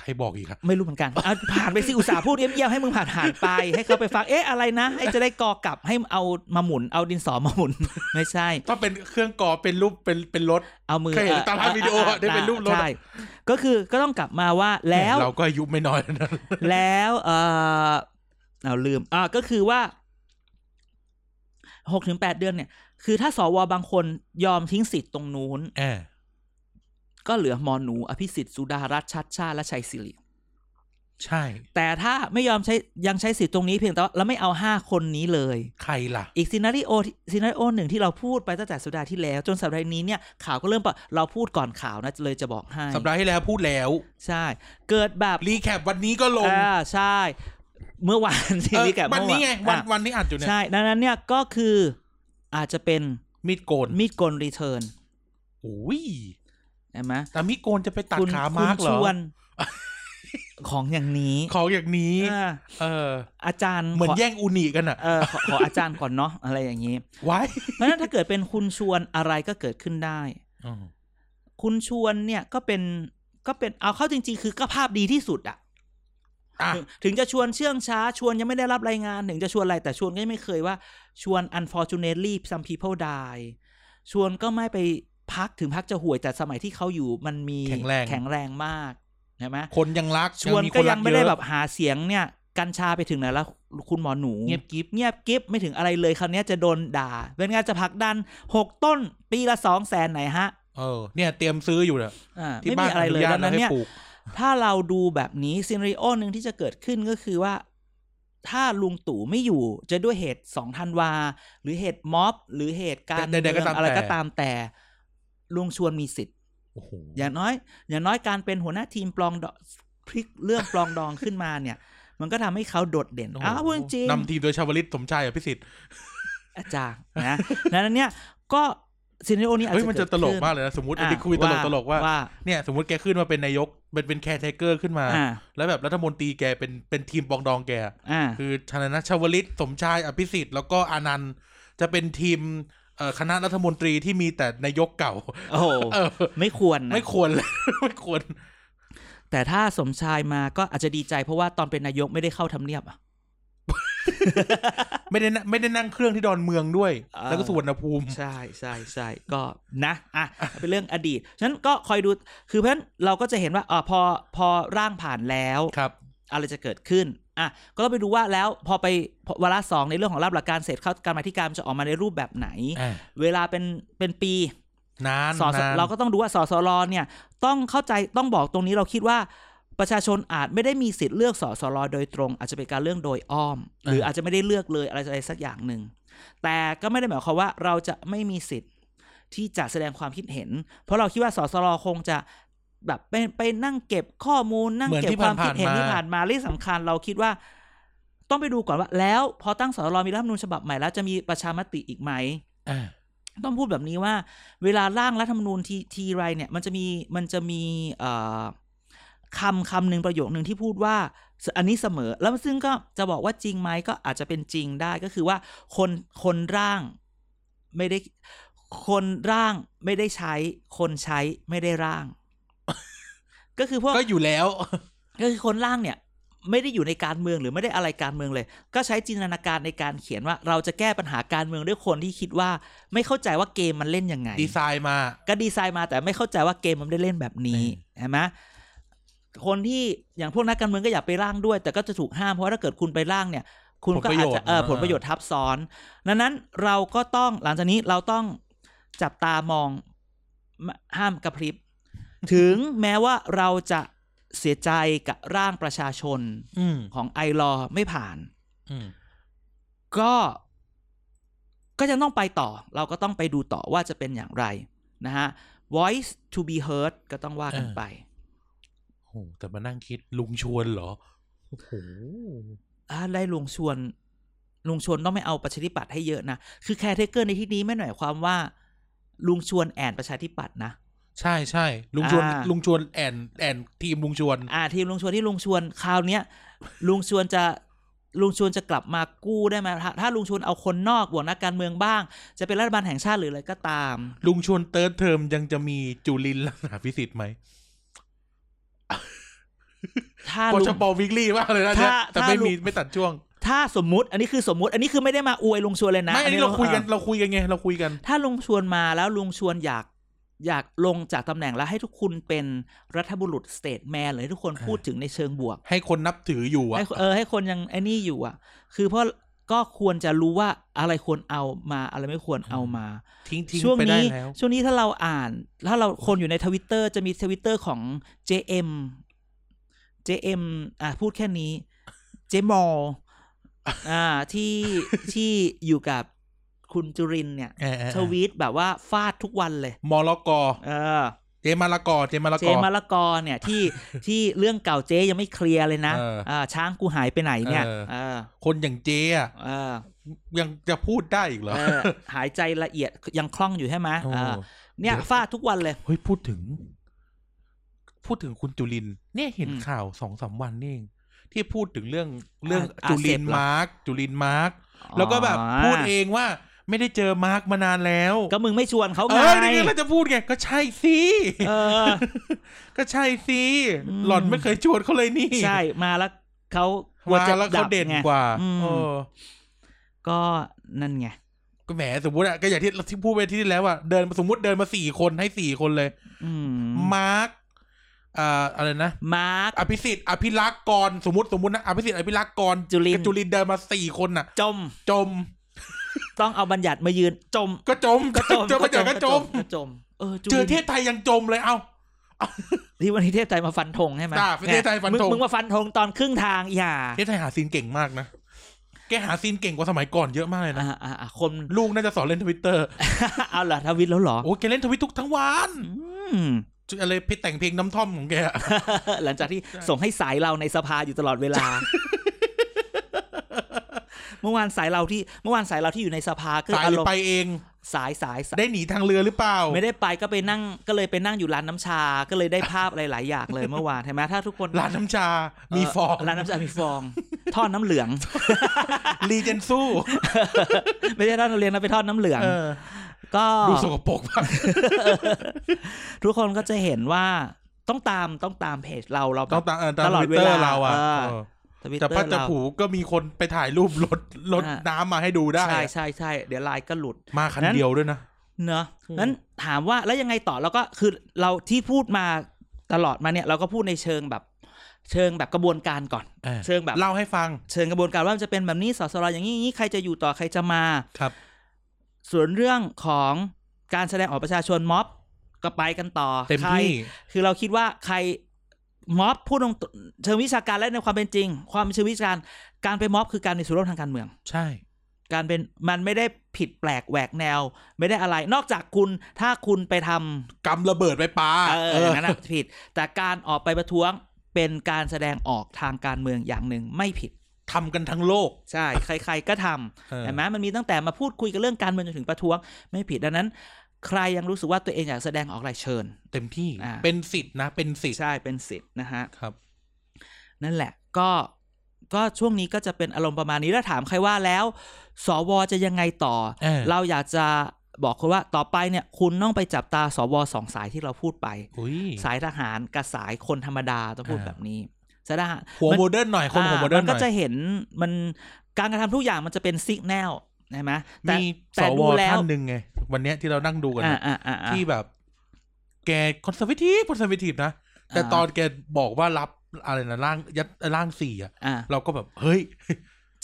B: ใครบอกอีกครับ
A: ไม่รู้เหมือนกันเอาผ่านไปสิอุตส่าห์พูดเยี่ยมๆให้มึงผ่านผ่านไป ให้เขาไปฟังเอ๊ะอะไรนะ ให้จะได้กอกลับให้เอามาหมุนเอาดินสอมาหมุน ไม่ใช่
B: ต้องเป็นเครื่องก่อเป็นรูปเป็นเป็นรถ
A: เอามือ
B: เคยเห็น
A: อ่อ
B: ตารางวิดีโออะได้เป็นรูปรถอะ
A: ใช่ก็คือก็ต้องกลับมาว่าแล้ว
B: เราก็อายุไม่น้อยแล้วนะ
A: แล้วเออเอาลืมอ่าก็คือว่าหกถึงแปดเดือนเนี่ย คือถ้าสวบางคนยอมทิ้งสิทธิ์ตรงนู้น
B: แอ
A: ก็เหลือหมอหนู อภิสิทธิ์สุดารัตน์ชัดชาติและชัยศิริ
B: ใช่
A: แต่ถ้าไม่ยอมใช้ยังใช้สิทธิ์ตรงนี้เพียงแต่ว่าเราไม่เอาห้าคนนี้เลย
B: ใครล่ะ
A: อีกซีนารีโอซีนารีโอหนึ่งที่เราพูดไปตั้งแต่สัปดาห์ที่แล้ว จนสัปดาห์นี้เนี่ยข่าวก็เริ่มปะเราพูดก่อนข่าวนะเลยจะบอกให้
B: สัปดาห์ที่แล้วพูดแล้ว
A: ใช่ เกิดแบบ
B: รีแคปวันนี้ก็ลง
A: อ่าใช่ เมื่อวานซี
B: เออ
A: รีส์แกะ
B: วัน
A: เมื่อ
B: นี้ไงวัน
A: อ่ะ
B: วันนี้อัดอยู่เนี่ย
A: ใช่ ดังนั้นเนี่ยก็คืออาจจะเป็น
B: มีดโกน
A: มีดกลรีเทิร์น
B: โอ้ย
A: ใช่ไหม
B: แต่มีดโกนจะไปตัด
A: คุณ
B: ขา
A: คุ
B: มา
A: ณ
B: ร์กเห
A: ช
B: รอ
A: วนของอย่างนี้
B: ของอย่างนี้
A: อ่า
B: เออ
A: อาจารย์
B: เหมือน
A: ข
B: แย่งอูนิกันอ่ะ
A: เออขอขออาจารย์ก่อนเนาะอะไรอย่างนี้
B: ไว้
A: เพราะฉะนั้นถ้าเกิดเป็นคุณชวนอะไรก็เกิดขึ้นได้
B: อ๋อ
A: คุณชวนเนี่ยก็เป็นก็เป็นเอาเข้าจริง ๆ คือก็ภาพดีที่สุดอะ
B: อ่ะ
A: ถึงถึงจะชวนเชื่องช้า ชวนยังไม่ได้รับรายงาน ถึงจะชวนอะไรแต่ชวนก็ไม่เคยว่าชวน unfortunately some people die ชวนก็ไม่ไปพักถึงพักจะห่วยแต่สมัยที่เขาอยู่มันมี
B: แข็งแรง
A: แข็งแรงมากใช่ไหม
B: คนยังรัก
A: ชวน
B: มีค
A: ก็ยั
B: รั
A: งไม่ได้
B: เอะ
A: แบบหาเสียงเนี่ย กัญชาไปถึงไหนแล้วคุณหมอหนู
B: เงียบกิฟ
A: เงียบกิฟไม่ถึงอะไรเลยคราวเนี้ยจะโดนด่า เป็นงานจะผลักดันหกต้นปีละสองแสนไหนฮะ
B: เออเนี่ยเตรียมซื้ออยู่เนี่ย
A: อ่า
B: ที่
A: ไม่
B: บ้า
A: มี
B: น
A: อะไรเลย
B: ญา
A: ดั
B: ต
A: ง
B: แล้
A: นั้
B: วน ให้
A: เนี่ย
B: ปลูก
A: ถ้าเราดูแบบนี้ซีนารีโอหนึ่งที่จะเกิดขึ้นก็คือว่า ถ้าลุงตู่ไม่อยู่จะด้วยเหตุสองธันวา หรือเหตุม็อบ หรือเหตุการณ์เมืองอะไรก็ตามแต่ ลุงชวนมีสิทธิ์
B: โอ้โห
A: อย่างน้อย อย่างน้อยการเป็นหัวหน้าทีมปลองดองพลิกเรื่องปลองดองขึ้นมาเนี่ย มันก็ทำให้เขาโดดเด่น
B: โอ้โห
A: อ้าวพูดจริง
B: นำทีมโดยชาวลิตสมชายอภิสิทธิ์
A: อาจารย์นะดังนั้นเนี่ย ก็ซีนารีโอนี้อาจ
B: เฮ้ย
A: จะ
B: มันจะตลกมากเลยนะสมมติอันนี้คุยตลกตลกๆว่า
A: ว่า
B: เนี่ยสมมติแกขึ้นมาเป็นนายกเป็นเป็นแคร์เทเกอร์ขึ้นมา
A: อ่า
B: แล้วแบบรัฐมนตรีแกเป็นเป็นทีมปรองดองแก
A: อ่า
B: คือชนนะชาวลิตสมชายอภิสิทธิ์แล้วก็อานันต์จะเป็นทีมเอ่อคณะรัฐมนตรีที่มีแต่นายกเก่า
A: โอ้โห
B: เออ
A: ไม่ควรนะ
B: ไม่ควรเลย ไม่ควร
A: แต่ถ้าสมชายมาก็อาจจะดีใจเพราะว่าตอนเป็นนายกไม่ได้เข้าทำเนียบอ่ะ
B: ไม่ได้นั่งไม่ได้นั่งเครื่องที่ดอนเมืองด้วย
A: เออ
B: แล้วก็สุวรรณภูมิ
A: ใช่ใช่ใช่ก็นะอ่ะเป็นเรื่องอดีต ฉะนั้นก็คอยดูคือเพราะฉะนั้นเราก็จะเห็นว่าอ่าพอพอร่างผ่านแล้ว
B: ครับ
A: อะไรจะเกิดขึ้นอ่ะก็ต้องไปดูว่าแล้วพอไปพอวาระสองในเรื่องของรับหลักการเสร็จเข้าการมาธิการจะออกมาในรูปแบบไหน
B: อ่ะ
A: เวลาเป็นเป็นปี
B: นาน
A: สอส
B: นาน
A: เราก็ต้องดูว่าสสรเนี่ยต้องเข้าใจต้องบอกตรงนี้เราคิดว่าประชาชนอาจไม่ได้มีสิทธิ์เลือกสสรโดยตรง อาจจะเป็นการเลือกโดยอ้อม หรืออาจจะไม่ได้เลือกเลยอะไรอะไรสักอย่างหนึ่งแต่ก็ไม่ได้หมายความว่าเราจะไม่มีสิทธิ์ที่จะแสดงความคิดเห็น เพราะเราคิดว่าสสรคงจะแบบไปไปนั่งเก็บข้อมูลนั่งเก็บความคิดเห็นที่ผ่านมาเรื่องสำคัญเราคิดว่า ต้องไปดูก่อนว่า แล้วพอตั้งสสรมีรัฐธรรมนูญฉบับใหม่แล้วจะมีประชามติอีกไหม
B: อ่ะ
A: ต้องพูดแบบนี้ว่า เวลาร่างรัฐธรรมนูญทีทีไรเนี่ย มันจะมีมันจะมีเอ่อคำคำหนึ่งประโยคหนึ่งที่พูดว่าอันนี้เสมอ แล้วซึ่งก็จะบอกว่าจริงไหมก็อาจจะเป็นจริงได้ก็คือว่าคนคนร่างไม่ได้คนร่างไม่ได้ใช้ คนใช้ไม่ได้ร่าง ก็คือพวก
B: ก็อยู่แล้ว
A: ก็คือคนร่างเนี่ยไม่ได้อยู่ในการเมืองหรือไม่ได้อะไรการเมืองเลย ก็ใช้จินตนาการในการเขียนว่า เราจะแก้ปัญหาการเมืองด้วยคนที่คิดว่า ไม่เข้าใจว่าเกมมันเล่นยังไง
B: ดีไซน์มา
A: ก็ดีไซน์มาแต่ไม่เข้าใจว่าเกมมันได้เล่นแบบนี้
B: นี่
A: ใช่ไหมคนที่อย่างพวกนักการเมืองก็อยากไปร่างด้วย แต่ก็จะถูกห้ามเพราะว่าถ้าเกิดคุณไปร่างเนี่ย คุณก็อาจจะเออผลประโยชน์ทับซ้อนดังนั้นเราก็ต้องหลังจากนี้เราต้องจับตามองห้ามกระพริบ ถึงแม้ว่าเราจะเสียใจกับร่างประชาชน
B: อืม
A: ของไอรอไม่ผ่าน
B: อืม
A: ก็ ก็จะต้องไปต่อ เราก็ต้องไปดูต่อว่าจะเป็นอย่างไรนะฮะ voice to be heard ก็ต้องว่ากันไป
B: โอ้โหแต่มานั่งคิดลุงชวนเหรอโอ้โห
A: อ่าไล่ลุงชวนลุงชวนต้องไม่เอาประชาธิปัตย์ให้เยอะนะ คือแคร์เทเกอร์ในที่นี้ไม่หน่อยความว่า ลุงชวนแอนประชาธิปัตย์นะ
B: ใช่ใช่ลุงชวน
A: อ่า
B: ลุงชวนแอนแอนทีมลุงชวน
A: อ่าทีมลุงชวนที่ลุงชวนคราวเนี้ยลุงชวนจะลุงชวนจะกลับมากู้ได้ไหมถ้าถ้าลุงชวนเอาคนนอกบวกนักการเมืองบ้าง จะเป็นรัฐบาลแห่งชาติหรืออะไรก็ตาม
B: ลุงชวนเติร์ดเทอมยังจะมีจุลินลักษณะพิสิทธิ์ไหม
A: ถ้า
B: ป
A: ลุ
B: ช
A: ง
B: ปวิกฤตมากเลยนะเนี่ย
A: ถ้า
B: แต่ไม่
A: ถ้าลุง
B: มีไม่ตัดช่วง
A: ถ้าสมมุติอันนี้คือสมมุติอันนี้คือไม่ได้มาอวยลุงชวนเลยนะ
B: ไม่อันนี้เราคุยกัน
A: อ่
B: เราคุยกันไงเราคุยกันา
A: ถ้าลุงชวนมาแล้วลุงชวนอยากอยากลงจากตำแหน่งแล้วให้ทุกคนเป็นรัฐบุรุษสเตทแมนหรือให้ทุกคนพูดถึงในเชิงบวก
B: ให้คนนับถืออยู่อะ
A: ให้เออให้คนยังไอ้นี่อยู่อ่ะ คือเพราะก็ควรจะรู้ว่าอะไรควรเอามาอะไรไม่ควรเอามา
B: ทิ้งทิ้ง
A: ช่วง
B: ไปได้
A: นี้
B: แล้ว
A: ช่วงนี้ถ้าเราอ่าน ถ้าเราคนอยู่ในทวิตเตอร์จะมีทวิตเตอร์ของ JM JM อ่ะพูดแค่นี้ j m o อ่าที่ที่อยู่กับคุณจุรินทร์เนี่ย
B: เออเออเออ
A: ทวีตแบบว่าฟาดทุกวันเลย
B: มอลกอ
A: เออ
B: เจมาละกอ เจมาละ
A: เจ
B: กอ
A: มะละกอเนี่ยที่ ที่เรื่องเก่าเจยังไม่เคลียร์เลยนะ
B: เอออ่
A: ่าช้างกูหายไปไหนเนี่ย
B: เออ
A: เออ
B: คนอย่างเจอะ
A: เออ
B: ยังจะพูดได้อีก เหรอ
A: เออหายใจละเอียดยังคล่องอยู่ใช่ไหม
B: โอ้
A: อ่าเนี่ยฟาดทุกวันเลย
B: เฮ้ยพูดถึง พูดถึงคุณจุลิน เนี่ยเห็น
A: อืม
B: ข่าวสองสามวันนี่เองที่พูดถึงเรื่องเรื่อง
A: อ่า
B: จุลิน
A: อ่าเสพเหรอ
B: มาร์กจุลินมาร์กแล้วก็แบบพูดเองว่า ไม่ได้เจอมาร์กมานานแล้ว
A: ก็มึงไม่ชวนเขา
B: เอ
A: ไง
B: อนี่ไงเราจะพูดไงก็ใช่สิ
A: เออ
B: ก็ใช่สิ
A: อืม
B: หล่อนไม่เคยชวนเขาเลยนี่
A: ใช่มาแล้วเขาก
B: มา
A: จะ
B: แล้วเขา
A: บ
B: เด่น
A: ไง
B: กว่า
A: อืม
B: เออ
A: ก็นั่นไง
B: ก็แหมสมมติอะก็อย่างที่ที่พูดไปที่ที่แล้วอะเดินสมมติเดินมาสี่คนให้สี่คนเลย
A: อื
B: มาร์กอ่าอะไรนะ
A: มาร์ค
B: อภิสิทธิ์อภิรักษ์กรสมมติสมมตินะอภิสิทธิ์อภิรักษ์กร
A: จุลิน
B: กับจุลินเดินมาสี่คนน่ะ
A: จม
B: จม
A: ต้องเอาบัญญัติมายืนจม
B: ก็จม
A: ก็จม
B: จมก็จมก็จม
A: ก็จมเออจุลิน
B: เจอเทศไทยยังจมเลยเอ้า
A: ที่วันนี้เทพไทยมาฟันธงใช่ไหม
B: จ้าเทพไทยฟันธง
A: มึมึงมาฟันธงตอนครึ่งทางอย่า
B: เทศไทยหาซีนเก่งมากนะแกหาซีนเก่งกว่าสมัยก่อนเยอะมากเลยนะ
A: อ่าอ่าอ่าคน
B: ลูกน่าจะสอนเล่นทวิตเตอร์
A: เอาเหรอทวิตแล้วเหรอ
B: โอ้แกเล่นทวิตทุกทั้งวัน
A: อืม
B: อะไรเพลงแต่งเพลงน้ำท่อมของแกอะ
A: หลังจากที่ส่งให้สายเราในสภาอยู่ตลอดเวลา เมื่อวานสายเราที่เมื่อวานสายเราที่อยู่ในสภาก็
B: สาย
A: อา
B: หรื
A: ร
B: อ
A: ม
B: ไป
A: ณ์
B: เอง
A: สายสายสาย
B: ได้หนีทางเรือหรือเปล่า
A: ไม่ได้ไปก็ไปนั่งก็เลยไปนั่งอยู่ร้านน้ำชา ก็เลยได้ภาพอะไรหลายอย่าง เลยเมื่อวานใช่ไหมถ้าทุกคน
B: ร้านน้ำชา มีฟอง
A: เร้านน้ำชามีฟอง ทอดน้ำเหลือง
B: รีเจนซู่
A: ไม่ใช่ทอดน้ำเลียงนะไปทอดน้ำเหลือง
B: เออ
A: ก็
B: ดูสกปรกมาก
A: ทุกคนก็จะเห็นว่าต้องตามต้องตามเพจเราเราแบบ
B: ต้องตามเออตาม
A: ตลอด
B: ทวิตเตอ
A: เว
B: ร์
A: ลา
B: เราอ่ะ
A: เออ
B: เออ
A: Twitter
B: แต่พระจะ
A: เรา
B: ผูก็มีคนไปถ่ายรูปรถ รถ
A: อ่ะ
B: น้ำมาให้ดูได้
A: ใช่ใช่ใช่เดี๋ยวไลน์ก็หลุด
B: มาคัน
A: นั้น
B: เดียวด้วยนะ
A: เนอะ
B: อืม
A: นั้นถามว่าแล้วยังไงต่อเราก็คือเราที่พูดมาตลอดมาเนี่ยเราก็พูดในเชิงแบบ เชิงแบบกระบวนการก่อน เชิงแบบ
B: เล่าให้ฟัง
A: เชิงกระบวนการว่ามันจะเป็นแบบนี้สสรอย่างนี้อย่างนี้ใครจะอยู่ต่อใครจะมา
B: ครับ
A: ส่วนเรื่องของการแสดงออกประชาชนม็อบก็ไปกันต่อ
B: เต็ม
A: ใคร
B: ที่
A: คือเราคิดว่าใครม็อบพูดตรงเชิงวิชาการและในความเป็นจริง ความเชิงวิชาการการไปม็อบคือการมีส่วนร่วมทางการเมือง
B: ใช่
A: การเป็นมันไม่ได้ผิดแปลกแหวกแนว ไม่ได้อะไร นอกจากคุณถ้าคุณไปท
B: กำระเบิดไปปา
A: ำเออ
B: เอ
A: อ
B: อย่าง
A: นั้นนะผิด แต่การออกไปประท้วงเป็นการแสดงออกทางการเมืองอย่างหนึ่งไม่ผิด
B: ทำกันทั้งโลก
A: ใช่ ใคร ๆ ก็ทำ
B: เออ
A: เห็นไหมมันมีตั้งแต่มาพูดคุยกันเรื่องการเมืองจนถึงประท้วง ไม่ผิดดังนั้น ใครยังรู้สึกว่าตัวเองอยากแสดงออกอะไรเชิญ
B: เต็มที่
A: อ่ะ
B: เป็นสิทธิ์นะเป็นสิทธิ์
A: ใช่เป็นสิทธิ์นะฮะ
B: ครับ
A: นั่นแหละก็ก็ช่วงนี้ก็จะเป็นอารมณ์ประมาณนี้ถ้าถามใครว่าแล้ว สวจะยังไงต่อ
B: เออ
A: เราอยากจะบอกคุณว่าต่อไปเนี่ยคุณต้องไปจับตาสวสองสายที่เราพูดไป
B: อุ้ย
A: สายทหารกับสายคนธรรมดาต้องพูด
B: เออ
A: แบบนี้สายทหาร
B: หัว
A: มัน
B: โมเดิร์นหน่อยคนหัว
A: อ่า
B: โมเดิร์นห
A: มั
B: น่
A: ก็
B: อ
A: จะ
B: ย
A: เห็นมันการกระทำทุกอย่างมันจะเป็นซิกแนลใช่ไหมแต่
B: มีส
A: แต่
B: ว
A: ดูแล้ว
B: ท่านหนึ่งไงวันเนี้ยที่เรานั่งดูกัน
A: อ่า
B: นะ
A: อ่าอ่าอ่า
B: ที่แบบ แกคอนเซอร์วทีฟคอนเซอร์วทีฟนะ แต่
A: อ่า
B: ตอนแกบอกว่ารับอะไรนะร่างยัดร่างสี่อ่ะ
A: อ่า
B: เราก็แบบ เฮ้ย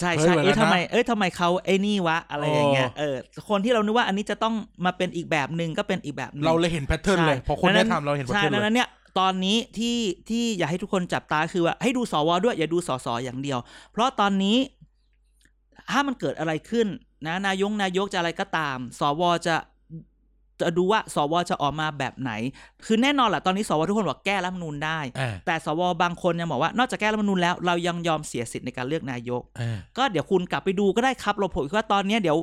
A: ใช่
B: เฮ้ย
A: ใช่
B: เหมือน
A: เอ้ย
B: กัน
A: ทำ
B: นะ
A: ไมเอ้ยทำไมเขาไอ้นี่วะอะไรอย่างเงี้ย
B: โอ้
A: เออคนที่เรานึกว่าอันนี้จะต้องมาเป็นอีกแบบหนึ่งก็เป็นอีกแบบหนึ่ง
B: เราเลยเห็นแพทเทิร์นเลย
A: ใช่
B: พอคนได้
A: ดัง
B: ทำเราเห็นแพท
A: ใช่
B: เทิ
A: ดั
B: ร์น
A: ง
B: เล
A: นั้
B: ย
A: นเนี่ยตอนนี้ที่ที่อยากให้ทุกคนจับตาคือว่าให้ดูสวด้วยอย่าดูสสอย่างเดียว เพราะตอนนี้ ถ้ามันเกิดอะไรขึ้น นะนายงนายกจะอะไรก็ตาม สวจะจะดูว่า สวจะออกมาแบบไหน คือแน่นอนแหละตอนนี้สวทุกคนบอกแก้รัฐธรรมนูญได้
B: อ่า
A: แต่สวบางคนยังบอกว่านอกจากแก้รัฐธรรมนูญแล้วเรายังยอมเสียสิทธิ์ในการเลือกนายก
B: อ่า
A: ก็เดี๋ยวคุณกลับไปดูก็ได้ครับเราผมคิดว่าตอนเนี้ยเดี๋ยว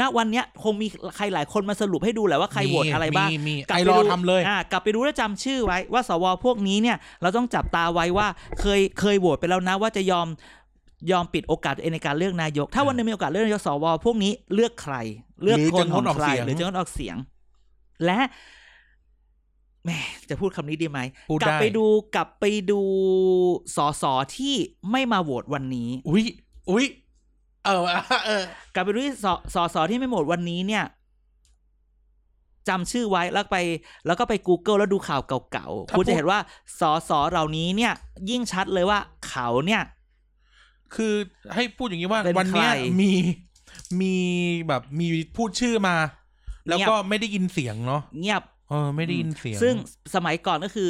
A: ณวันเนี้ยคงมีใครหลายคนมาสรุปให้ดูแหละว่าใครโหวตอะไรบ้าง
B: มีมี
A: กลั
B: ไอ
A: ป
B: รอ
A: ดู
B: ทำเลย
A: อ่ากลับไปดูแล้วจำชื่อไว้ว่าสวพวกนี้เนี่ยเราต้องจับตาไว้ว่าเคยเคยโหวตไปแล้วนะว่าจะยอมยอมปิดโอกาสตัวเองในการเลือกนายก ถ้า
B: อ่า
A: วันหนึงมีโอกาสเลือกนายกสวพวกนี้เลือกใคร เลือก
B: หรือ
A: คน
B: จะง
A: ขอ
B: ด
A: ง
B: ออก
A: ใคร
B: เสียง
A: หรือจะงดออกเสียง และแหมจะพูดคำนี้ดีไหม
B: พูด
A: กลับ
B: ได้
A: ไปดูกลับไปดูสสที่ไม่มาโหวตวันนี้
B: อุ้ยอุ้ยเออ เออ
A: กลับไปดูที่สสสที่ไม่หมดวันนี้เนี่ยจำชื่อไว้แล้วไป แล้วก็ไป Google แล้วดูข่าวเก่า
B: ค
A: ๆ
B: รับ
A: คุณ
B: ผ
A: จะ
B: ม
A: เห็นว่าสสเหล่านี้เนี่ย ยิ่งชัดเลยว่าเขาเนี่ย
B: คือให้พูดอย่างนี้ว่า
A: เป็น
B: วันเนี้ย
A: ใคร
B: มีมีแบบมีพูดชื่อมา แล้ว
A: เงียบ
B: ก็ไม่ได้ยินเสียงเนาะ
A: เงียบ
B: เออไม่ได้ยินเสียง
A: ซึ่งสมัยก่อนก็คือ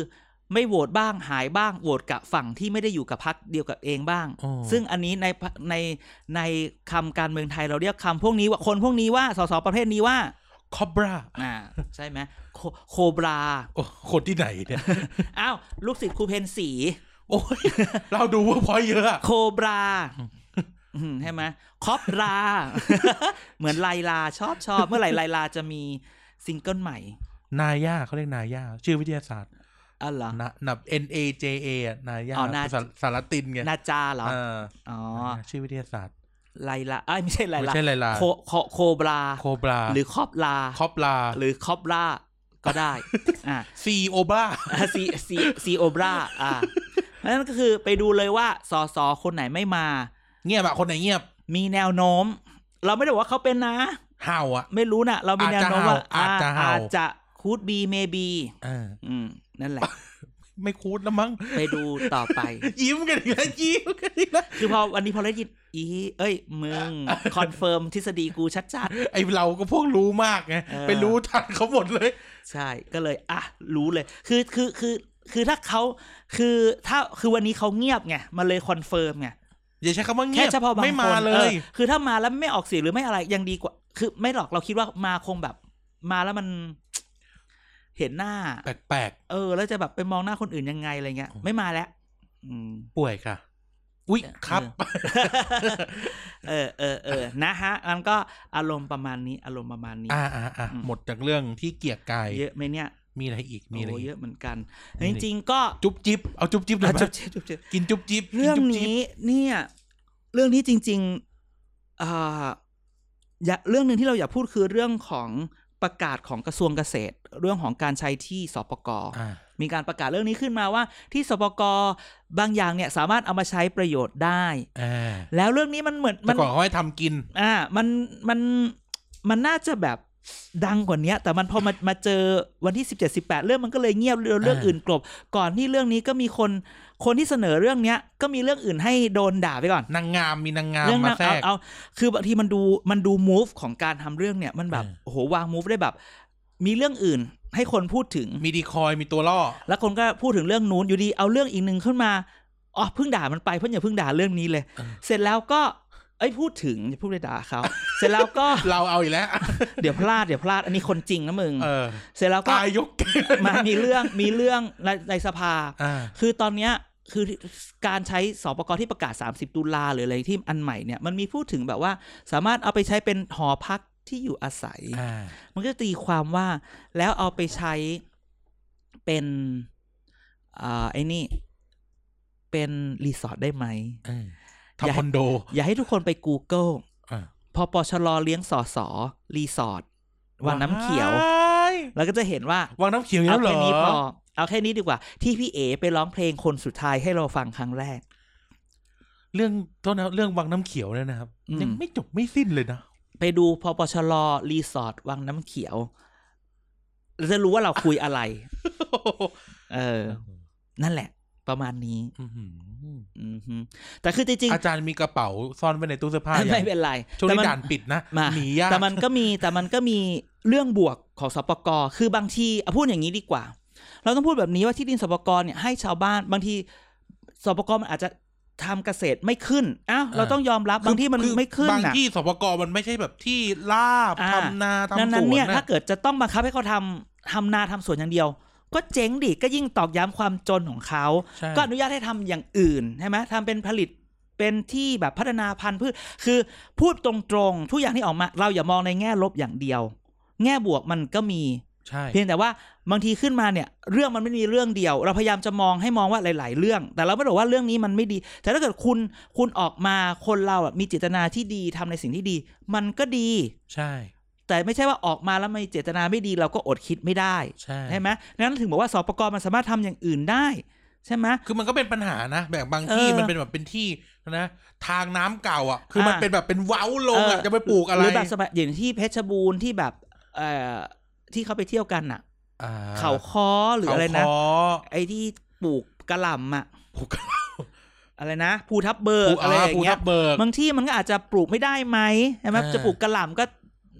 A: ไม่โหวตบ้างหายบ้างโหวตกับฝั่งที่ไม่ได้อยู่กับพักเดียวกับเองบ้าง
B: อ๋อ
A: ซึ่งอันนี้ในในในคำการเมืองไทยเราเรียกคำพวกนี้ว่าคนพวกนี้ว่าสสประเภทนี้ว่า
B: คอบรา
A: อ่า ใช่ไหมโคโคบรา
B: โอ้คนที่ไหน เนี่ย
A: อ้าวลูกศิษย์ครูเพนสี
B: โอ้ย เราดูว่าพอยเยอะอะ
A: โคบราอืมใช่ไหมคอบรา เหมือนไลลาชอบชอบเมื่อไหร่ไลลาจะมีซิงเกิลใหม่
B: นายาเขาเรียกนายา ชื่อวิทยาศาสตร์
A: อ๋อเหรอ
B: นะนับ N A J A อะนายา
A: อ๋อนา
B: ภาษาสารตินไง
A: นาจาเหรอ
B: อ่า
A: อ๋อ
B: ชื่อวิทยาศาสตร์
A: ไลลาไอ้ยไม่ใช่ไล
B: ไม่
A: ลา
B: ใช่ไลลา
A: โคโคโคบรา
B: โคบรา
A: หรือคอบลา
B: คอบรา
A: หรือคอบราก็ ได้ อ่า
B: ซีโอบรา
A: ซีซีซีโอบราอ่านั่นก็คือไปดูเลยว่าสอสอคนไหนไม่มา
B: เงียบอะคนไหนเงียบ
A: มีแนวโน้ม เราไม่ได้บอกว่าเขาเป็นนะ
B: เห่าอะ
A: ไม่รู้นะเรามีแนวโน้มว่า
B: อาจจะเห่า
A: อาจจะคูดบีเมบี
B: อ่า
A: อืม นั่นแหละ
B: ไม่คูดแล้วมั้ง
A: ไปดูต่อไป
B: ยิ้มกันอีกแล้วยิ้มกันอีกแล้ว
A: คือพอวันนี้พอได้ยินอีเอ้ย มึง คอนเฟิร์มทฤษฎีกูชัด
B: ไอเราก็พวกรู้มากไง
A: เออ
B: ไปรู้ทันเขาหมดเลย
A: ๆ ใช่ก็เลย อ่ะ รู้เลย คือคือคือ คือถ้าเขาคือถ้าคือวันนี้เขาเงียบไงมันเลยคอนเฟิร์มไง
B: อย่าใช้คำว่าเงี
A: แค่
B: ยบ
A: เฉพาะบางคน
B: ไม่มาเล
A: อย อคือถ้ามาแล้วไม่ออกเสียงหรือไม่อะไรยังดีกว่า คือไม่หรอกเราคิดว่ามาคงแบบ มาแล้วมัน เห็นหน้า
B: แปลก
A: เออ แล้วจะแบบไปมองหน้าคนอื่นยังไงอะไรเงี้ย ไม่มาแล้ว อื ม
B: ๆป่วยค่ะ อุ๊ยครับ
A: เออเออเออนะฮะมันก็อารมณ์ประมาณนี้ อารมณ์ประมาณนี้
B: อ่าอ่าอ่า
A: อืม
B: หมดจากเรื่องที่เกียกกาย
A: เยอะไหมเนี่ย
B: มีอะไรอีกมีอะไร
A: โอ้
B: อีก
A: เยอะเหมือนกัน
B: มีอะไร
A: จ
B: อีก
A: ริง ๆ ก็
B: จุ๊บจิ๊บเอาจุ๊บจิ๊บเลย
A: อ่ะ
B: ไหม
A: จุ๊บจิ๊บจุ๊บจิ๊บ
B: กินจุ๊บจิ๊บ
A: เรื่อง
B: กิจุ๊บจิ๊บ
A: นี้เนี่ย เรื่องนี้จริงๆอ่าอย่าเรื่องหนึ่งที่เราอยากพูดคือเรื่องของประกาศของกระทรวงเกษตร เรื่องของการใช้ที่สปก
B: อ่า
A: มีการประกาศเรื่องนี้ขึ้นมาว่า ที่สปกบางอย่างเนี่ยสามารถเอามาใช้ประโยชน์ได้
B: อ่า
A: แล้วเรื่องนี้มันเหมือน
B: แต่
A: มัน
B: ก่อนเขาให้ทำกิน
A: อ่ามันมันมันน่าจะแบบดังกว่าเนี้ย แต่มันพอมามาเจอวันที่สิบเจ็ดสิบแปดเรื่องมันก็เลยเงียบเรื่องเรื่อง
B: อ่า
A: อื่นกลบ ก่อนที่เรื่องนี้ก็มีคนคนที่เสนอเรื่องเนี้ย ก็มีเรื่องอื่นให้โดนด่าไปก่อน
B: นางงามมีนางงาม
A: เรื่อง
B: มา
A: นั้น
B: แทร
A: เอา
B: ก
A: เอาคือบางทีมันดูมันดู move ของการทำเรื่องเนี่ย มันแบบ
B: อ่า
A: โอ้โหวาง move ได้แบบ มีเรื่องอื่นให้คนพูดถึง
B: มีดีคอยมีตัวล่อ
A: แล้วคนก็พูดถึงเรื่องนู้นอยู่ดีเอาเรื่องอีกหนึ่งขึ้นมาอ๋อเพิ่งด่ามันไปเพิ่งอย่าเพิ่งด่าเรื่องนี้เลย
B: เออ
A: เสร็จแล้วก็เอ้ยพูดถึงอย่าพูดไปด่า เขาเสร็จแล้วก็
B: เราเอาอีกแล้ว
A: เดี๋ยวพลาดเดี๋ยวพลาดอันนี้คนจริงนะมึง
B: เออ
A: เสร็จแล้วก็
B: ตายยกแก ง
A: มามีเรื่องมีเรื่องในในสภา
B: อ่า
A: คือตอนเนี้ยคือการใช้สปกที่ประกาศ 30 ตุลาหรืออะไรที่อันใหม่เนี่ยมันมีพูดถึงแบบว่า สามารถเอาไปใช้เป็นหอพักที่อยู่อาศัย
B: อ่า
A: มันก็ตีความว่าแล้วเอาไปใช้เป็นอ่าไอ้นี่ เป็นรีสอร์ทได้ไหม
B: เออ
A: อย่า
B: ทำคอนโด
A: อย่าให้ทุกคนไป Google
B: อ่า
A: พอปชรเลี้ยงสอสอรีสอร์ทวังน้ำเขียว
B: า
A: แล้วก็จะเห็นว่า
B: วังน้ำเขียวอีกแล้ว
A: เอา
B: เหร
A: แค่
B: อ
A: นี้พอ เอาแค่นี้ดีกว่า ที่พี่เอไปร้องเพลงคนสุดท้ายให้เราฟังครั้งแรก
B: เรื่องโทษนะเรื่องวังน้ำเขียวเนี่ยนะครับ
A: อืม
B: ยังไม่จบไม่สิ้นเลยนะ
A: ไปดูพอปชรรีสอร์ทวังน้ำเขียวเราจะรู้ว่าเราคุยอะไร เออ นั่นแหละ ประมาณนี้
B: อื้อหือ
A: อือฮึแต่คือจริง
B: อาจารย์มีกระเป๋าซ่อนไว้ในตู้เสื้อผ้า
A: ๆ ไม่
B: ยัง
A: เป็นไร
B: ช่วง
A: แต่
B: นี้
A: มั
B: ด่านปิดนะ
A: มา
B: หนียาก
A: แต่มันก็มีแต่มันก็มีเรื่องบวกของสปกรคือบางทีอ่ะพูดอย่างนี้ดีกว่า เราต้องพูดแบบนี้ว่าที่ดินสปกรเนี่ยให้ชาวบ้านบางทีสปกรมันอาจจะ ทำเกษตรไม่ขึ้นอ้าวเราต้องยอมรั
B: คือบ
A: บางที่มัน
B: คือ
A: ไม่ขึ้น
B: บาง
A: นะ
B: ที่สปกมันไม่ใช่แบบที่ลาบ
A: อ่า
B: ทำนา
A: ดัง
B: ทำส
A: นั้น
B: ว
A: เนี่
B: น
A: ยถ้า
B: นะ
A: เกิดจะต้องบังคับให้เขาทำทำนาทำสวนอย่างเดียว ก็เจ๊งดิก็ยิ่งตอกย้ำความจนของเขา
B: ใช่
A: ก็อนุญาตให้ทำอย่างอื่นใช่ไหมทำเป็นผลิตเป็นที่แบบพัฒนาพันธุ์พืช คือพูดตรงๆ ทุกอย่างที่ออกมา เราอย่ามองในแง่ลบอย่างเดียว แง่บวกมันก็มี
B: ใช่
A: เพียงแต่ว่าบางทีขึ้นมาเนี่ย เรื่องมันไม่มีเรื่องเดียว เราพยายามจะมองให้มองว่าหลาย ๆ เรื่อง แต่เราไม่ได้บอกว่าเรื่องนี้มันไม่ดี แต่ถ้าเกิดคุณคุณออกมาคนเราอ่ะมีเจตนาที่ดีทำในสิ่งที่ดี มันก็ดี
B: ใช่
A: แต่ไม่ใช่ว่าออกมาแล้วไม่เจตนาไม่ดี เราก็อดคิดไม่ได้
B: ใช่
A: ใช่ไหมนั้นถึงบอกว่าสปกมันสามารถทำอย่างอื่นได้ ใช่ไหม
B: คือมันก็เป็นปัญหานะแบบบางที่
A: เออ
B: มันเป็นแบบเป็นที่นะ ทางน้ำเก่าอ่ะ คือมัน
A: อ่า
B: เป็นแบบเป็นเว้าลงอ่ะ
A: เ
B: จะไปปลูกอะไร
A: หรือแบบสมัยอย่างที่เพชรบูรณ์ที่แบบเอ่อที่เขาไปเที่ยวกันน่ะ
B: อ่
A: เขาคอหรืออะไรนะ
B: เขาค
A: ไอ้ที่ปลูกกระหล่ำอะ
B: ปลูก
A: อะไรนะภูทับเบิก
B: อะ
A: อะไร ไรอย่
B: อา
A: ย่าง ง
B: เงี้
A: เงี้
B: ย
A: ย
B: เบิก
A: บางที่มันก็อาจจะปลูกไม่ได้ไหมใช่ไหม
B: อ่า
A: จะปลูกกระหล่ำก็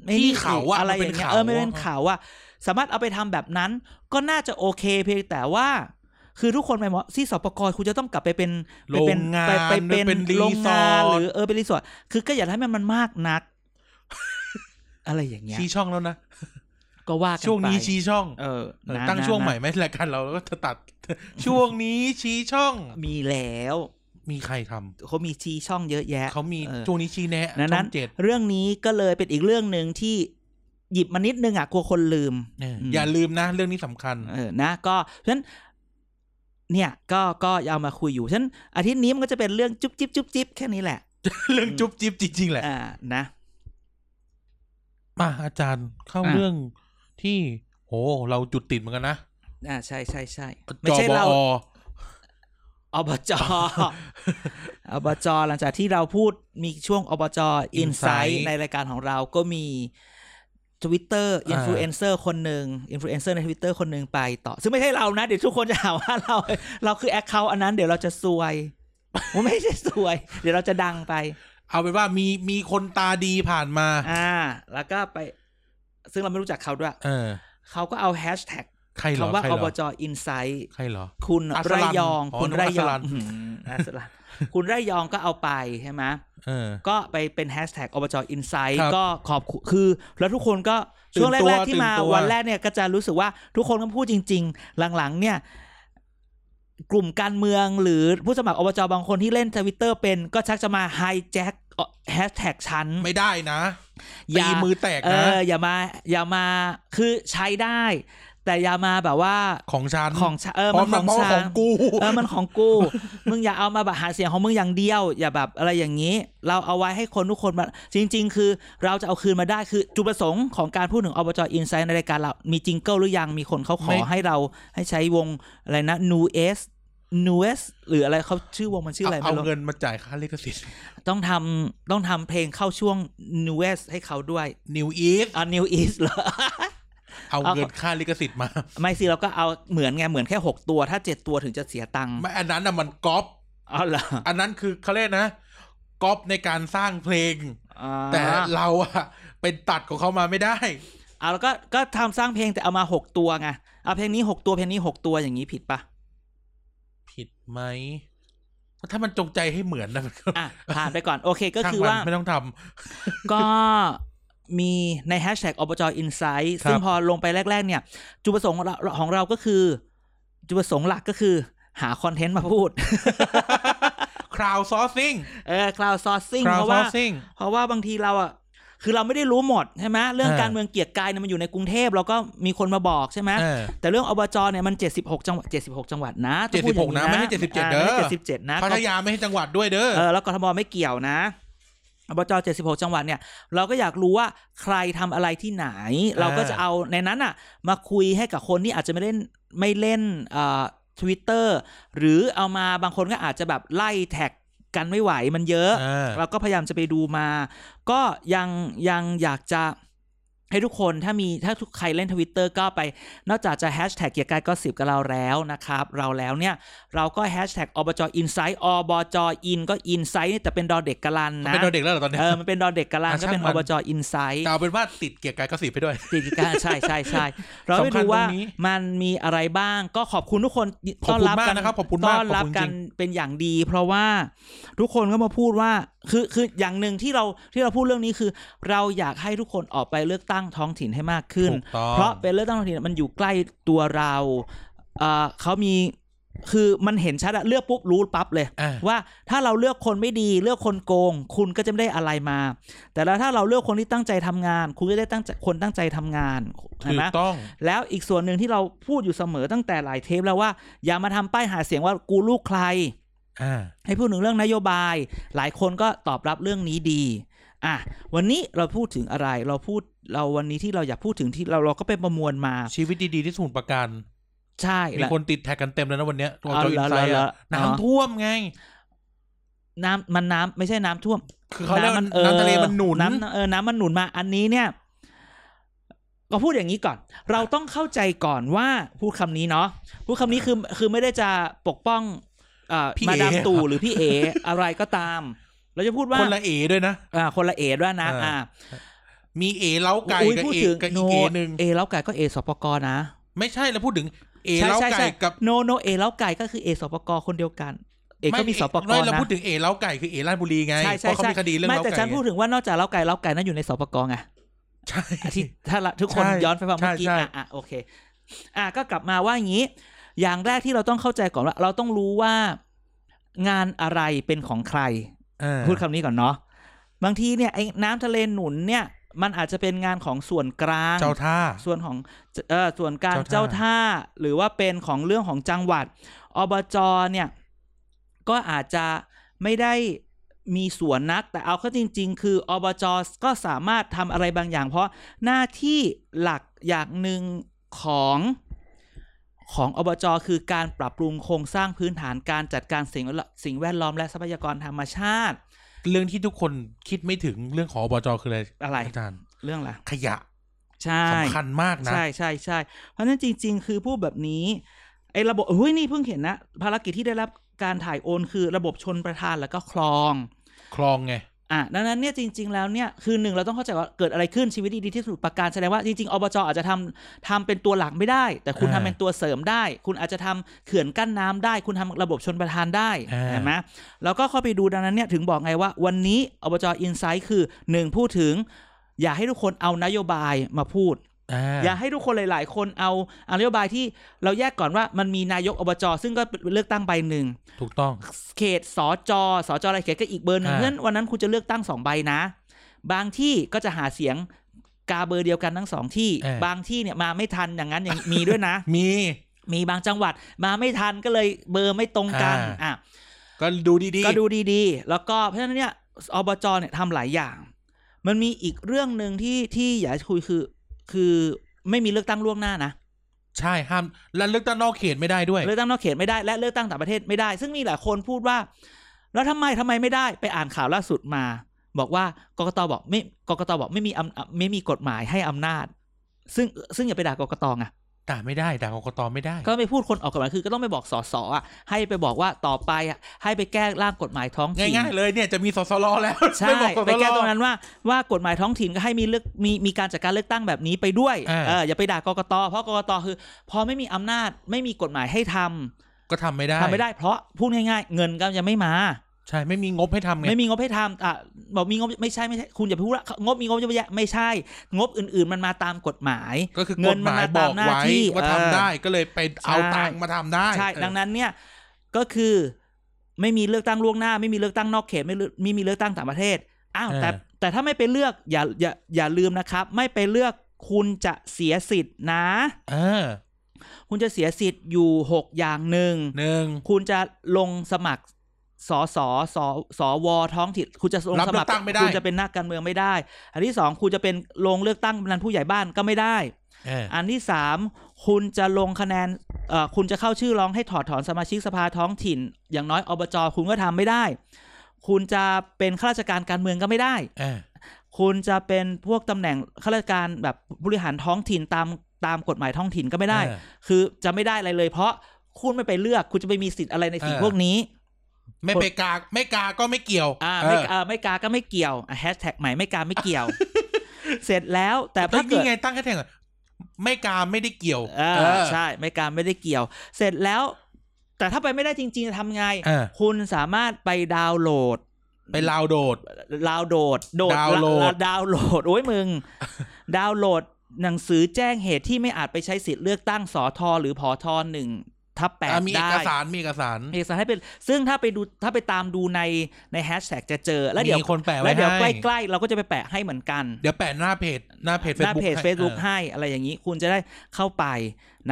A: ไม่
B: ที่
A: นี่
B: เขาอะ
A: อะไรอ
B: มั
A: น
B: เป็
A: ย่านงเงี้ย
B: เขา
A: เออไม่เป็น
B: อะ
A: เขาอะสามารถเอาไปทำแบบนั้น ก็น่าจะโอเคเพียงแต่ว่า คือทุกคนไปมองที่สปกรคุณจะต้องกลับไปเป็น
B: โร
A: ไปเป็
B: งงาน
A: ไปไปเป็
B: เป็น
A: น
B: รี
A: โรงงาน
B: สอร์ท
A: หรือเออเป็นรีสอร์ทคือก็อย่าให้มันมันมากนัก อะไรอย่างเงี้ย
B: ชี้ช่องแล้วนะ
A: ก็ว่ากันไป
B: ช่วงนี้ชี้ช่อง
A: เออ
B: เออ
A: นะ
B: ตั้ง
A: นะ
B: ช่วง
A: นะ
B: ใหม่ไหมรายการเราแล้วก็จะตัด ช่วงนี้ชี้ช่อง
A: มีแล้ว
B: มีใครทำ
A: เขามีชี้ช่องเยอะแยะ
B: เขามี
A: เออ
B: ช่วงนี้ชี้แนะ
A: นั้น
B: ช่
A: นั้
B: อน งเจ็ด
A: เรื่องนี้ก็เลยเป็นอีกเรื่องหนึ่งที่หยิบมานิดนึงอ่ะกลัวคนลืม
B: เนี่ย
A: อืม
B: อย่าลืมนะ เรื่องนี้สำคัญ
A: เออนะก็เพราะฉะนั้น เนี่ยก็ก็เอามาคุยอยู่ฉะนันอาทิตย์นี้มันก็จะเป็นเรื่องจุ๊บจิ๊บจุ๊บจิ๊บแค่นี้แหละ
B: เรื่องจุ๊บจิ๊บจริง ๆ แหละ
A: อ่านะ
B: มาอาจารย์เข้า
A: อ่ะ
B: เรื่องที่โหเราจุดติดเหมือนกันนะ
A: อ่าใช่ใช่ใช่
B: จ
A: ไม่
B: อ
A: ใช่
B: บ
A: เรา
B: อ
A: อบจ อบจหลังจากที่เราพูดมีช่วงอบจอินไซต์ในรายการของเราก็มี Twitter อินฟลูเอนเซอร์คนหนึ่งอินฟลูเอนเซอร์ใน Twitter คนหนึ่งไปต่อ ซึ่งไม่ใช่เรานะ เดี๋ยวทุกคนจะหาว่าเรา เราคือแอคเคาท์อันนั้นเดี๋ยวเราจะซวย ผมไม่ใช่ซวย เดี๋ยวเราจะดังไป
B: เอาเป็นว่ามีมีคนตาดีผ่านมา
A: อ่า แล้วก็ไป ซึ่งเราไม่รู้จักเขาด้วย
B: เออ
A: เขาก็เอาแฮชแท็ก
B: ใครเหรอ
A: คำว่า
B: ใคร
A: อ
B: เหร
A: บ
B: อ
A: จอินไซต์
B: ใครเหรอ
A: คุณ
B: อัส
A: ไร
B: ลัน
A: ยอง
B: อ๋อ
A: คุณ
B: นึก
A: ไร
B: ว่าย
A: อ
B: อัสลั
A: ง
B: น
A: อื้อหืออัสลัน คุณไรยองก็เอาไปใช่ไหม
B: เออ
A: ก็ไปเป็นแฮชแท็กอบจอินไซต์
B: ครับ
A: ก็ขอบคุณคือ แล้วทุกคนก็
B: ตื่น
A: ช่วงแรก
B: ตัว
A: ๆที่มา
B: ตื่นตัว
A: วันแรกเนี่ยก็จะรู้สึกว่าทุกคนก็พูดจริง ๆ หลังๆ เนี่ย กลุ่มการเมืองหรือผู้สมัครอบจบางคนที่เล่นทวิตเตอร์เป็นก็ชักจะมาไฮแจ็คแฮชแท็กฉัน
B: ไม่ได้นะ
A: อ
B: ตี
A: ย่า
B: มือแตก
A: เอ
B: นะ
A: ออย่ามาอย่ามาคือใช้ได้ แต่อย่ามาแบบว่า
B: ของฉัน
A: ของฉันเออ
B: พร้อ
A: มั
B: ม
A: นของ
B: มาบอกว่าข
A: ฉั
B: อน งกู
A: เออมันของกู มึงอย่าเอามาแบบหาเสียงของมึงอย่างเดียว อย่าแบบอะไรอย่างนี้ เราเอาไว้ให้คนทุกคนมา จริง ๆ คือเราจะเอาคืนมาได้คือจุดประสงค์ของการพูดถึงอบจอินไซด์ในรายการเรา มีจิงเกิลหรือยัง มีคนเขาขอให้เราให้ใช้วงอะไรนะ นูเอสนูเอสหรืออะไรเขาชื่อวงมันชื่ออะไร
B: เอา
A: ไม่รู้
B: เงินมาจ่ายค่าลิขสิทธิ์
A: ต้องทำต้องทำเพลงเข้าช่วงนูเอสให้เขาด้วย
B: New East
A: อ่ะนิวอีส เหรอ
B: เอา
A: เอา
B: เงินค่าลิขสิทธิ์มา
A: ไม่สิเราก็เอาเหมือนไงเหมือนแค่หกตัวถ้าเจ็ดตัวถึงจะเสียตังค์
B: ไม่อันนั้นน่ะมันก๊อป
A: อ๋อเหรอ
B: อันนั้นคือเขาเรียกนะก๊อปในการสร้างเพลง
A: อ่า
B: แต่เราอะเป็นตัดของเขามาไม่ได้
A: เอาแล้วก็ก็ทำสร้างเพลงแต่เอามาหกตัวไงเอาเพลงนี้หกตัวเพลงนี้หกตัวอย่างนี้ผิดปะ
B: ผิดไหมถ้ามันจงใจให้เหมือนนะมันก็
A: อ่ะ ผ่านไปก่อน โอเคก็คือว่า
B: ช่งมันไม่ต้องทำ
A: ก็มีในแฮชแท็กอบจอินไซต์
B: ครับ
A: ซึ่งพอลงไปแรก ๆ เนี่ย จุดประสงค์ของเราของเราก็คือ จุดประสงค์หลักก็คือ หาคอนเทนต์มาพูด
B: คราวซอร์ซิ่ง
A: เออคลาวซอร์ซิ่ง
B: คราว
A: เพราะ
B: ซอ
A: ว่า
B: ร์ซิ่ง
A: เพราะว่าบางทีเราอ่ะ คือเราไม่ได้รู้หมดใช่ไหมเรื่อง
B: เออ
A: การเมืองเกียรติกายเนี่ยมันอยู่ในกรุงเทพเราก็มีคนมาบอกใช่ไหม
B: เออ
A: แต่เรื่องอบจเนี่ยมัน 76 จังหวัด 76 จังหวัดนะต้องพูดอย่าง
B: 76นะไม่ใช่77เด้อ
A: ไม่ใช่77 นะ
B: พัทยาไม่ให้จังหวัดด้วยเด้อ
A: เออแล้วกทมไม่เกี่ยวนะอบจ76 จังหวัดเนี่ย เราก็อยากรู้ว่าใครทำอะไรที่ไหน เราก็จะเอาในนั้นอ่ะ มาคุยให้กับคนที่อาจจะไม่เล่นไม่เล่นเอ่อทวิตเตอร์หรือเอามาบางคนก็อาจจะแบบไล่แท็กกันไม่ไหวมันเยอะ
B: เออ
A: เราก็พยายามจะไปดูมา ก็ยังยังอยากจะ ให้ทุกคนถ้ามีถ้าทุกใครเล่นทวิตเตอร์ก็ไป นอกจากจะแฮชแท็กเกียร์กายก็สิบกับเราแล้วนะครับ เราแล้วเนี่ย เราก็แฮชแท็กอบจอินไซต์อบจอินก็อินไซต์นี่แต่เป็นดอเด็กกะลันนะ
B: เป็นตอนเด็กแล้วเหรอตอนเนี้ย
A: เออมันเป็นดอเด็กกะลัน
B: อ่ะ
A: ก็เป็น
B: ช่างมั
A: อน บจอินไซต์
B: แต่เอาเป็นว่าติดเกียร์กายก็สิบไปด้วย
A: ติดกิจการใช่ใช่ใช่เราไม่
B: สำคัญ
A: รู้ว่า
B: ตรงนี้
A: มันมีอะไรบ้างก็ขอบคุณทุกคน
B: ขอบคุ
A: ต้อน
B: ณ
A: รับ
B: มาก
A: กัน
B: นะครับขอบคุณมาก
A: ต้อนรับ
B: ขอบคุณ
A: กัน
B: จริง
A: เป็นอย่างดี เพราะว่าทุกคนก็มาพูดว่าคือคืออย่างหนึ่งที่เราที่เราพูดเรื่องนี้คือ เราอยากให้ทุกคนออกไปเลือกตั้งท้องถิ่นให้มากขึ้น
B: ถูกต้อง
A: เพราะเป็นเลือกตั้งท้องถิ่นมันอยู่ใกล้ตัวเราเอ่อเขามีคือมันเห็นชัดอะเลือกปุ๊บรู้ปั๊บเลย
B: อ่ะ
A: ว่าถ้าเราเลือกคนไม่ดีเลือกคนโกง คุณก็จะไม่ได้อะไรมา แต่แล้วถ้าเราเลือกคนที่ตั้งใจทำงาน คุณก็ได้ตั้งใจคนตั้งใจทำงานเห็
B: ถู
A: นไหม
B: กต้อง
A: แล้วอีกส่วนหนึ่งที่เราพูดอยู่เสมอตั้งแต่หลายเทปแล้วว่า อย่ามาทำป้ายหาเสียงว่ากูลูกใคร
B: อ่า
A: ให้พูดถึงเรื่องนโยบาย หลายคนก็ตอบรับเรื่องนี้ดี อ่ะวันนี้เราพูดถึงอะไร เราพูดเราวันนี้ที่เราอยากพูดถึงที่เราเราก็ไปประมวลมา
B: ชีวิตดีๆที่สมุทรปราการ
A: ใช่
B: มี
A: แหละ
B: คนติดแท็กกันเต็มแล้วนะวันเนี้ยตัว
A: เอา
B: ตัวอิ
A: เหร
B: น
A: อ
B: ไซด์
A: เหรอเหรอ
B: อะ
A: อ๋อ
B: น้ำท่วมไง
A: น้ำมันน้ำไม่ใช่น้ำท่วม
B: คือเขาเรียกว่า
A: ออ
B: น้ำทะเลมันหนุน
A: น้ำเออน้ำมันหนุนมาอันนี้เนี่ย ก็พูดอย่างนี้ก่อน เราต้องเข้าใจก่อนว่าพูดคำนี้เนาะพูดคำนี้คือคือไม่ได้จะปกป้องเอ่อ
B: พี่
A: มาดาม
B: เอ๋
A: ตู่หรือพี่เอ อะไรก็ตาม เราจะพูดว่า
B: คนละเอด้วยนะ
A: อ่าคนละเอด้วยนะ
B: เอออ่
A: อ่า
B: มีเอเล้าไก่
A: อุ๊ย
B: กับ
A: พูด
B: เอ
A: ถึง
B: กับ
A: โน
B: อีกเอหนึ่ง
A: เอเล้าไก่ก็เอสปกนะ
B: ไม่ใช่แล้วพูดถึงเอ
A: ใช่
B: เล้า
A: ใช่
B: ไก่
A: ใช่
B: กับ
A: โนโนเอเล้าไก่ก็คือเอสปกคนเดียวกัน เอก็มีสปก
B: ไม่เรา
A: นะ
B: พูดถึงเอเล้าไก่คือเอราชบุรีไง
A: ใช่
B: เพ
A: ใช่
B: ราะเขา
A: ใช่
B: มีคดีเรื่อง
A: ไม่
B: เล้า
A: แต่
B: ไก่
A: ฉันพูดถึงว่านอกจากเล้าไก่เล้าไก่นั่นอยู่ในสปกไง
B: ใช่
A: อาทิตย์ถ้าละทุกคน
B: ใช่
A: ย้อนไปฟังเมื่อกี้
B: ใช่
A: อ่ะอ่ะโอเค อ่ะก็กลับมาว่าอย่างนี้ อย่างแรกที่เราต้องเข้าใจก่อนว่า เราต้องรู้ว่างานอะไรเป็นของใคร
B: อ่า
A: พูดคำนี้ก่อนเนาะบางทีเนี่ยไอ้น้ำทะเลหนุนเนี่ย มันอาจจะเป็นงานของส่วนกลาง
B: เจ้าท่า
A: ส่วนของเออส่วนกลาง
B: เจ้า
A: เจ้า
B: ท่า
A: ท่า หรือว่าเป็นของเรื่องของจังหวัดอบจเนี่ย ก็อาจจะไม่ได้มีส่วนนัก แต่เอาเข้าจริง ๆ คืออบจก็สามารถทำอะไรบางอย่าง เพราะหน้าที่หลักอย่างหนึ่งของของอบจคือการปรับปรุงโครงสร้างพื้นฐานการจัดการสิ่งแวดล้อมสิ่งแวดล้อมและทรัพยากรธรรมชาติ
B: เรื่องที่ทุกคนคิดไม่ถึงเรื่องของอบจคืออะไร
A: อะไร
B: อาจารย์
A: เรื่องอะไร
B: ขยะ
A: ใช่
B: สำคัญมากนะ
A: ใช่ใช่ใช่เพราะฉะนั้นจริง ๆ คือพูดแบบนี้ไอ้ระบบเฮ้ยนี่เพิ่งเห็นนะ ภารกิจที่ได้รับการถ่ายโอนคือระบบชนประทานแล้วก็คลอง
B: คลองไง
A: อ่ะดังนั้นเนี่ยจริง ๆ แล้วเนี่ยคือหนึ่งเราต้องเข้าใจว่าเกิดอะไรขึ้นชีวิตดีๆที่สุดประการแสดงว่าจริง ๆ อบจอาจจะทำทำเป็นตัวหลักไม่ได้ แต่คุณ
B: อ่า
A: ทำเป็นตัวเสริมได้ คุณอาจจะทำเขื่อนกั้นน้ำได้ คุณทำระบบชนประทานได้
B: อ่า
A: เห็นไหมแล้วก็เข้าไปดูดังนั้นเนี่ยถึงบอกไงว่า วันนี้อบจอินไซต์คือหนึ่งพูดถึง อย่าให้ทุกคนเอานโยบายมาพูด
B: อ่า
A: อย่าให้ทุกคนหลาย ๆ คนเอาเอานโยบายที่เราแยกก่อนว่ามันมีนายกอบจซึ่งก็เลือกตั้งใบหนึ่ง
B: ถูกต้อง
A: เขตสจสจอะไรเขตก็อีกเบอร์หนึ่ง
B: อ่า
A: เพราะฉะนั้นวันนั้นคุณจะเลือกตั้งสองใบนะ บางที่ก็จะหาเสียงกาเบอร์เดียวกันทั้งสองที่ บางที่เนี่ยมาไม่ทันอย่างนั้นอย่างมีด้วยนะ
B: มี
A: มีบางจังหวัดมาไม่ทันก็เลยเบอร์ไม่ตรงกัน
B: อ่า
A: อ่ะ
B: ก็ดูดีๆ
A: ก็ดูดีๆ แล้วก็เพราะฉะนั้นเนี่ยอบจเนี่ยทำหลายอย่าง มันมีอีกเรื่องหนึ่งที่ที่อยากจะคุยคือ คือไม่มีเลือกตั้งล่วงหน้านะ
B: ใช่ห้ามและเลือกตั้งนอกเขตไม่ได้ด้วย
A: เลือกตั้งนอกเขตไม่ได้และเลือกตั้งต่างประเทศไม่ได้ ซึ่งมีหลายคนพูดว่า แล้วทำไมทำไมไม่ได้ไปอ่านข่าวล่าสุดมา บอกว่ากกตบอกไม่กกตบอกไม่มีอำไม่มีกฎหมายให้อำนาจ ซึ่งซึ่งอย่าไปด่ากกตไง
B: ด่าไม่ได้ด่ากกตไม่ได้
A: ก็ไปพูดคนออกกฎหมายคือก็ต้องไปบอกสสอ่ะให้ไปบอกว่าต่อไปอ่ะให้ไปแก้ร่างกฎหมายท้องถิ่น
B: ง่ายๆเลยเนี่ยจะมีสสรแล้ว
A: ใช่
B: ไม่บอกสส
A: ไปแก้ต
B: ร
A: รงนั้นว่าว่ากฎหมายท้องถิ่นก็ให้มีเลือกมีมีการจัดการเลือกตั้งแบบนี้ไปด้วย
B: อ่า
A: เอออย่าไปด่ากกตเพราะกกตคือ พอไม่มีอำนาจไม่มีกฎหมายให้ทำ
B: ก็ทำไม่ได้
A: ทำไม่ได้เพราะพูดง่ายๆ เงินก็ยังไม่มา
B: ใช่ไม่มีงบให้ทำไง
A: ไม่มีงบให้ทำอ่ะบอกมีงบไม่ใช่ไม่ใช่คุณอย่าไปพูดละงบมีงบเยอะแยะไม่ใช่ งบอื่นๆมันมาตามกฎหมาย
B: ก็คือก
A: เงิ
B: ฎ
A: น
B: ห
A: มัน
B: มาย
A: มา
B: บ
A: ตา
B: อ
A: ม
B: ก
A: หน้า
B: ไว้
A: ที่
B: ว่าทำได้ก็เลยไปเอา
A: ใช่
B: ตังค์มาทำได้
A: ใช่
B: เออ
A: ดังนั้นเนี่ยก็คือไม่มีเลือกตั้งล่วงหน้า ไม่มีเลือกตั้งนอกเขตไม่เลือกไม่มีเลือกตั้งต่างประเทศอ้าวแต่แต่ถ้าไม่ไปเลือกอย่าอย่าอย่าลืมนะครับ ไม่ไปเลือกคุณจะเสียสิทธิ์นะ
B: เออ
A: คุณจะเสียสิทธิ์อยู่หกอย่างหนึ่ง
B: หนึ่ง
A: คุณจะลงสมัครสอสอสอสอวอท้องถิ่นคุณจะลง
B: รั
A: ส
B: บเลื
A: มัค
B: อ
A: ร
B: กตั้งไม่ได้
A: คุณจะเป็นนักการเมืองไม่ได้ อันที่สองคุณจะเป็นลงเลือกตั้งกำนันผู้ใหญ่บ้านก็ไม่ได้
B: เออ
A: อันที่สามคุณจะลงคะแนนเอ่อคุณจะเข้าชื่อร้องให้ถอดถอนสมาชิกสภาท้องถิ่น อย่างน้อยอบจคุณก็ทำไม่ได้ คุณจะเป็นข้าราชการการเมืองก็ไม่ได้
B: เออ
A: คุณจะเป็นพวกตำแหน่งข้าราชการแบบบริหารท้องถิ่นตามตามกฎหมายท้องถิ่นก็ไม่ได้
B: อ่า
A: คือจะไม่ได้อะไรเลย เพราะคุณไม่ไปเลือกคุณจะไปมีสิทธิ์อะไรในสิ่ง
B: อ่า
A: พวกนี้
B: ไม่ไปกาไม่กาก็ไม่เกี่ยว
A: อ่า
B: เอ
A: ไม่
B: อ
A: อ่าไม่กาก็ไม่เกี่ยวแฮชแท็กใหม่ไม่กาไม่เกี่ยว เสร็จแล้วแต่
B: ตั้
A: ถ้างเกิ
B: นี่
A: ด
B: ไงตั้งแค่แท่งไม่กาไม่ได้เกี่ยว
A: อ่า
B: เออ
A: ใช่ไม่การไม่ได้เกี่ยว เสร็จแล้ว แต่ถ้าไปไม่ได้จริงๆจะทำไง
B: อ่า
A: คุณสามารถไปดาวน์โหลด
B: ไปลาวโดด
A: ดาวน์โหลดโดด
B: ดาวน์โหลด
A: ะะดาวน์โหลดโอ้ยมึง ดาวน์โหลดหนังสือแจ้งเหตุที่ไม่อาจไปใช้สิทธิ์เลือกตั้งสอทอหรือพอทอหนึ่งทับแปด
B: อ่ะมีเอ
A: ได้
B: กสารมีเอกสาร
A: เอกสารให้เป็นซึ่งถ้าไปดูถ้าไปตามดูในในแฮชแท็กจะเจอ แล้วเดี๋ยว
B: มีคนแปะ
A: แล้
B: ไว้
A: วเดี๋ยว
B: ให้
A: ใกล้ๆเราก็จะไปแปะให้เหมือนกัน
B: เดี๋ยวแปะหน้าเพจหน้าเพจ
A: หน้าเพจ
B: Facebook ให้
A: Facebook
B: อ่า
A: ให้อะไรอย่างนี้คุณจะได้เข้าไป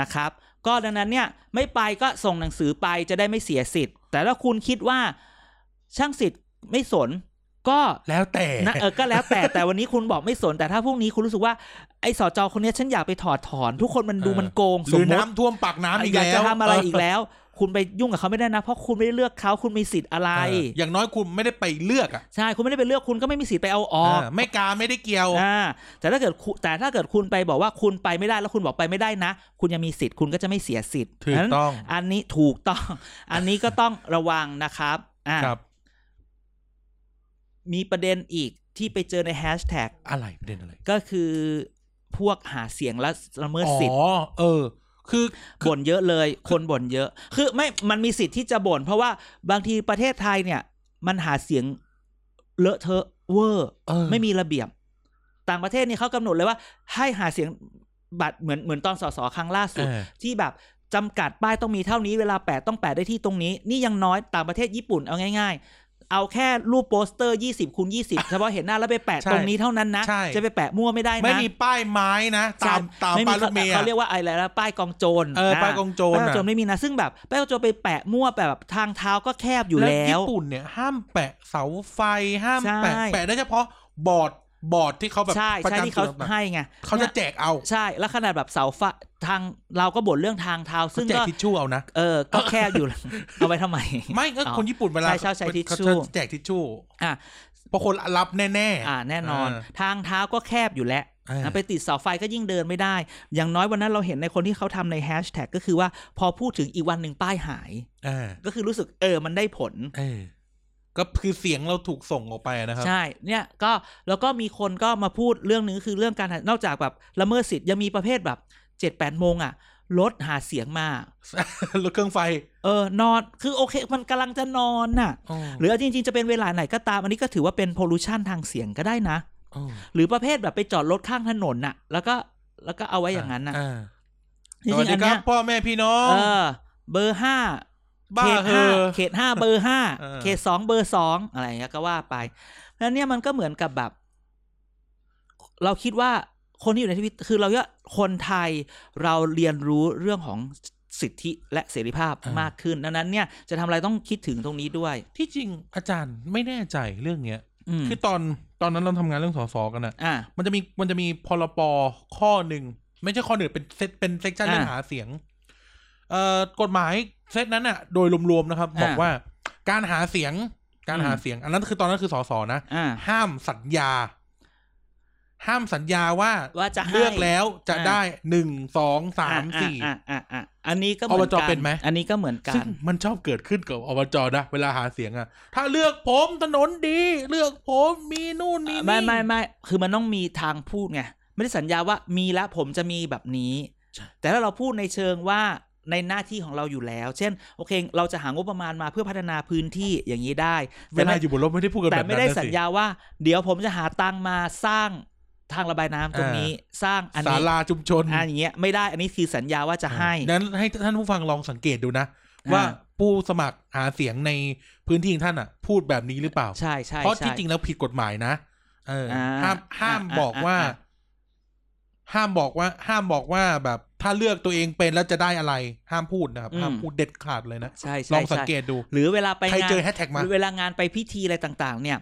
A: นะครับ ก็ดังนั้นเนี่ยไม่ไปก็ส่งหนังสือไปจะได้ไม่เสียสิทธิ์ แต่ถ้าคุณคิดว่าช่างสิทธิ์ไม่สนก็
B: แล้วแต่
A: นะเออก็แล้วแต่ แต่วันนี้คุณบอกไม่สน แต่ถ้าพรุ่งนี้คุณรู้สึกว่าไอ้สอจอคนเนี้ยฉันอยากไปถอดถอน ทุกคนมันดูมันโกง
B: ห
A: สม
B: รือ
A: ม
B: น้ำ
A: ติ
B: ท่วมปากน้ำอีก
A: อยา
B: แล้
A: ก
B: ว
A: จะทำอะไร
B: เ
A: อีกแล้ว คุณไปยุ่งกับเขาไม่ได้นะ เพราะคุณไม่ได้เลือกเขาคุณมีสิทธิ์อะไร
B: เอออย่างน้อยคุณไม่ได้ไปเลือกอ่ะ
A: ใช่คุณไม่ได้ไปเลือกคุณก็ไม่มีสิทธิ์ไปเอาออก
B: าไม่กาไม่ได้เกี่ยว
A: อ่าแต่ถ้าเกิดคุแต่ถ้าเกิดคุณไปบอกว่าคุณไปไม่ได้แล้วคุณบอกไปไม่ได้นะ คุณยังมีสิทธิ์คุณก็จะไม่เสียสิทธิ์
B: ถูกต้อง
A: นนั้นอันนี้ถูกต้อง อันนี้ก็ต้องระวังนะครับอ่า
B: ครับ
A: มีประเด็นอีกที่ไปเจอในแฮชแท็ก
B: อะไรประเด็นอะไร
A: ก็คือพวกหาเสียงและละเมิด
B: อ๋อ
A: สิทธิ์
B: เออ คือคือ
A: บ่นเยอะเลย คนบ่นเยอะ คือไม่มันมีสิทธิ์ที่จะบ่นเพราะว่าบางทีประเทศไทยเนี่ย มันหาเสียงเลอะเทอะเวอร์
B: เออ
A: ไม่มีระเบียบ ต่างประเทศนี่เขากำหนดเลยว่าให้หาเสียงบัตรเหมือนเหมือนตอนสสครั้งล่าสุด
B: เออ
A: ที่แบบจำกัดป้ายต้องมีเท่านี้เวลาแปะต้องแปะได้ที่ตรงนี้ นี่ยังน้อยต่างประเทศญี่ปุ่นเอาง่าย ๆ เอาแค่รูปโปสเตอร์ 20คูณ20 เฉพาะเห็นหน้าแล้วไปแปะ
B: ใช่
A: ตรงนี้เท่านั้นนะ
B: ใช่
A: จะไปแปะมั่วไม่ได้นะ
B: ไม่มีป้ายไม้นะ ตาม
A: ใช่
B: ตาม
A: ไ
B: ป้ายรถเมล์
A: เขา
B: อะ
A: เรียกว่าอะไรแล้วป้ายกองโจร
B: เออ
A: นะ
B: ป้ายกองโจร
A: ป้ายกองโจร
B: อะ
A: ไม่มีนะซึ่งแบบป้ายกองโจรไปแปะมั่วแบบทางเท้าก็แคบอยู่แล้ว
B: ญี่ปุ่นเนี่ยห้ามแปะเสาไฟห้ามแปะ
A: ใช่
B: แปะได้เฉพาะบอร์ดบอร์ดที่เขาแบบ
A: ใช่
B: ประ
A: ใช่
B: จำ
A: ที่เขา
B: จุดต่งๆ
A: ให้ไง
B: เขาจะแจกเอา
A: ใช่ แล้วขนาดแบบเสาไฟทางเราก็บ่นเรื่องทางเท้า
B: ซึ่
A: ซึ่
B: ง
A: ง
B: แจก
A: ก็
B: ทิชชู่เอานะ
A: เออ ก็แคบอยู่ เอาไว้ทำไม
B: ไม่ก็
A: อ๋อ
B: คนญี่ปุ่นเวลา
A: ใช่ใช่ใช้ทิชชู่
B: เขาจะแจกทิชชู่
A: อ่ะ
B: เพราะคนรับแน่ๆ
A: อ่าแน่นอน ทางเท้าก็แคบอยู่แล้ว
B: เออ
A: นะไปติดเสาไฟก็ยิ่งเดินไม่ได้ อย่างน้อยวันนั้นเราเห็นในคนที่เขาทำในแฮชแท็กก็คือว่าพอพูดถึงอีกวันหนึ่งป้ายหาย
B: เออ
A: ก็คือรู้สึกเออมันได้ผล
B: เออก็คือเสียงเราถูกส่งออกไปนะครับ
A: ใช่ เนี่ยก็แล้วก็มีคนก็มาพูดเรื่องนึงคือเรื่องการหานอกจากแบบละเมิดสิทธิ์ยังมีประเภทแบบเจ็ดแปดโมงอ่ะรถหาเสียงมา
B: รถเครื่องไฟ
A: เออนอนคือโอเค มันกำลังจะนอนน่ะ หรือเอาจริงๆ จะเป็นเวลาไหนก็ตาม อันนี้ก็ถือว่าเป็นโพลูชันทางเสียงก็ได้นะ
B: ม
A: หรือประเภทแบบไปจอดรถข้างถนนน่ะ แล้วก็แล้วก็เอาไว้อย่างนั้นน่ะจ
B: สวัส
A: ริงๆอัน
B: ดีครั
A: เนี้
B: บ
A: ย
B: พ่อแม่พี่น้อง
A: เออเบอร์ห้า
B: บ้า
A: เขต
B: เห
A: ห้า
B: อ
A: เขตห้าเบอร์ห้า
B: เออ
A: เขตสองเบอร์สองอะไรอย่างเงี้ยก็ว่าไปแล้วเนี่ยมันก็เหมือนกับแบบ เราคิดว่าคนที่อยู่ในทวิตคือเราเยอะคนไทยเราเรียนรู้เรื่องของสิทธิและเสรีภาพมากขึ้นดังนั้นเนี่ยจะทำอะไรต้องคิดถึงตรงนี้ด้วย
B: ที่จริงอาจารย์ไม่แน่ใจเรื่องเนี้ย
A: อืม
B: คือตอนตอนนั้นเราทำงานเรื่องสสกันนะ
A: อ่า
B: มันจะมีมันจะมีพรปข้อหนึ่งไม่ใช่ข้อหนึ่งเป็นเซตเป็นเซกชัน
A: อ่า
B: เรื่องหาเสียง เอ่อกฎหมายเซตนั้นอ่ะ โดยรวมๆนะครับ บอก
A: อ่า
B: ว่า การหาเสียงการ
A: อืม
B: หาเสียง อันนั้นคือตอนนั้นคือสสนะ
A: อ่า
B: ห้ามสัญญา ห้ามสัญญาว่า
A: ว่าจะให้
B: เลือกแล้วจะ
A: อ่า
B: ได้หนึ่งสองสามสี่
A: อ่ะอ่ะอ่ะอ่ะอันนี้ก็เหมือน
B: อบ
A: กั
B: จเป็นไหม
A: อันนี้ก็เหมือนกั
B: ซึ่
A: น
B: งมันชอบเกิดขึ้นกับอบจนะ เวลาหาเสียงอะถ้าเลือกผมถนนดี เลือกผมมีนู่นมีนี่
A: ไม่ไม่ไม่คือมันต้องมีทางพูดไงไม่ได้สัญญาว่ามีแล้วผมจะมีแบบนี้ แต่ถ้าเราพูดในเชิงว่าในหน้าที่ของเราอยู่แล้ว เช่น โอเค เราจะหางบประมาณมาเพื่อพัฒนาพื้นที่อย่างนี้ได้
B: เว
A: แต่
B: ลา
A: ไม่
B: อยู่บนรถไม่ได้พูดกัน
A: แต่
B: แบบนั้
A: ไม่
B: น
A: ได้
B: นะ
A: สัญ
B: สิ
A: ญาว่า เดี๋ยวผมจะหาตังค์มาสร้างทางระบายน้ำตรงนี้สร้างอัน
B: ศา
A: นี้
B: ลาชุมชน
A: อันอย่างเงี้ยไม่ได้อันนี้คือสัญญาว่าจะให้
B: นั้นให้ท่านผู้ฟังลองสังเกตดูนะ
A: อ่า
B: ว่าผู้สมัครหาเสียงในพื้นที่ของท่านอะพูดแบบนี้หรือเปล่า
A: ใช่ใช่
B: เพราะ
A: ใช่
B: ที่จริงแล้วผิดกฎหมายนะ เออ
A: อ่า
B: ห้ามห้าม
A: อ่า
B: บอกว่า
A: อ่า
B: ห้ามบอกว่า ห้ามบอกว่าแบบ ถ้าเลือกตัวเองเป็นแล้วจะได้อะไร ห้ามพูดนะครับ ห้ามพูดเด็ดขาดเลยนะ
A: ใช่
B: ล
A: ใช่
B: องสัง
A: ใช่
B: เกตดู
A: หรือเวลาไป
B: ใครง
A: าน
B: เจอแฮชแท็กมา
A: เวลางานไปพิธีอะไรต่างๆ เนี่ย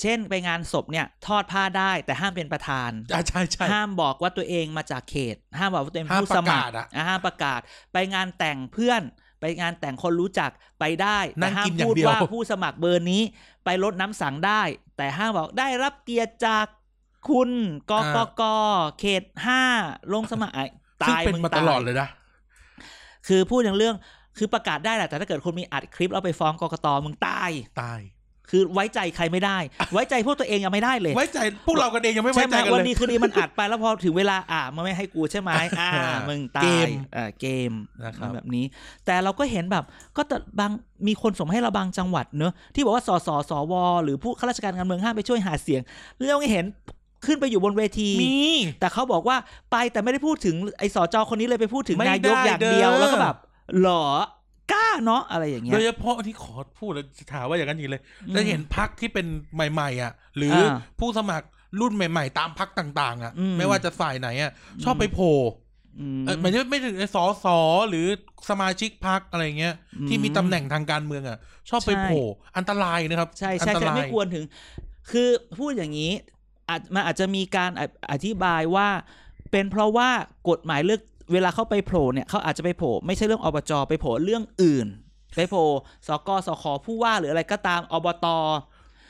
A: เช่นไปงานศพเนี่ย ทอดผ้าได้แต่ห้ามเป็นประธาน
B: อ่าใช่ใช่
A: ห้ามบอกว่าตัวเองมาจากเขต ห้ามบอกว่าตัวเอง
B: ห้าม
A: ผู้สมัค
B: ประกาศอะ
A: อ่ะห้ามประกาศ ไปงานแต่งเพื่อน ไป ไปงานแต่งคนรู้จักไปได้
B: นั่
A: แต่
B: ง
A: ห้า
B: กิ
A: ม
B: นอย่าง
A: พูด
B: เดียว
A: ว่าผู้สมัครเบอร์นี้ ไปลดน้ำสังได้ แต่ห้ามบอกได้รับเกียรติจากคุณกกกเขตห้าลงสมัครอ่ะ
B: ซึ่ง
A: ตาย
B: เป็น
A: มึง
B: มาต
A: ตา
B: ลอด
A: ย
B: เลยนะ
A: คือพูดอย่างเรื่องคือประกาศได้แหละแต่ถ้าเกิดคุณมีอัดคลิปแล้วไปฟ้องกกตมึงตาย
B: ตาย
A: คือไว้ใจใครไม่ ได้ ไว้ใจพวกตัวเองยังไม่ได้เลย
B: ไว้ใจพวกเรากันเองยังไม่ไว้
A: ใช่ไห
B: ใจ
A: ม
B: กัน
A: วัน
B: เลย
A: นี้คืนนี้มันอัดไปแล้วพอถึงเวลาอ่ามันไม่ให้กูใช่ไหมอ่า มึงตาย
B: เกม
A: อ่าเกม
B: นะครับ
A: มัแบบนี้ แต่เราก็เห็นแบบก็แต่บางมีคนส่งให้เราบางจังหวัดเนอะที่บอกว่าสสสว หรือผู้ข้าราชการการเมืองห้ามไปช่วยหาเสียงแล้วก็เห็นขึ้นไปอยู่บนเวที
B: มี
A: แต่เขาบอกว่าไปแต่ไม่ได้พูดถึงไอ้สจคนนี้เลยไปพูดถึง
B: ไม่ได้
A: นายกอย่างเดียว
B: เด้อ
A: แล้วก็แบบหรอกล้าเนาะอะไรอย่างเงี้
B: โด
A: ย
B: ยเฉพาะที่ขอพูดแล้วถามว่าอย่างนั้นจริงเลย
A: อืม
B: จะเห็นพักที่เป็นใหม่ๆอ่ะ หรืออา ผู้สมัครรุ่นใหม่ ๆ ตามพักต่างๆ อ่ะ
A: อืม
B: ไม่ว่าจะฝ่ายไหนอ่ะ ชอบไปโผล่
A: อืม
B: เออหมายถึงไม่ถึงไอ้สอสอหรือสมาชิกพักอะไรเงี้ย
A: อืม
B: ที่มีตำแหน่งทางการเมืองอ่ะ ชอบไป
A: ใช่
B: โผล่อันตรายนะครับ
A: ใช่
B: อั
A: ใช่
B: นต
A: ใช่
B: ราย
A: ไม่ควรถึง คือพูดอย่างนี้อาจมันอาจจะมีการออธิบายว่า เป็นเพราะว่ากฎหมายเลือกเวลาเขาไปโผล่เนี่ยเขาอาจจะไปโผล่ไม่ใช่เรื่องอบจไปโผล่เรื่องอื่น ไปโผล่สกสคผู้ว่าหรืออะไรก็ตามอบต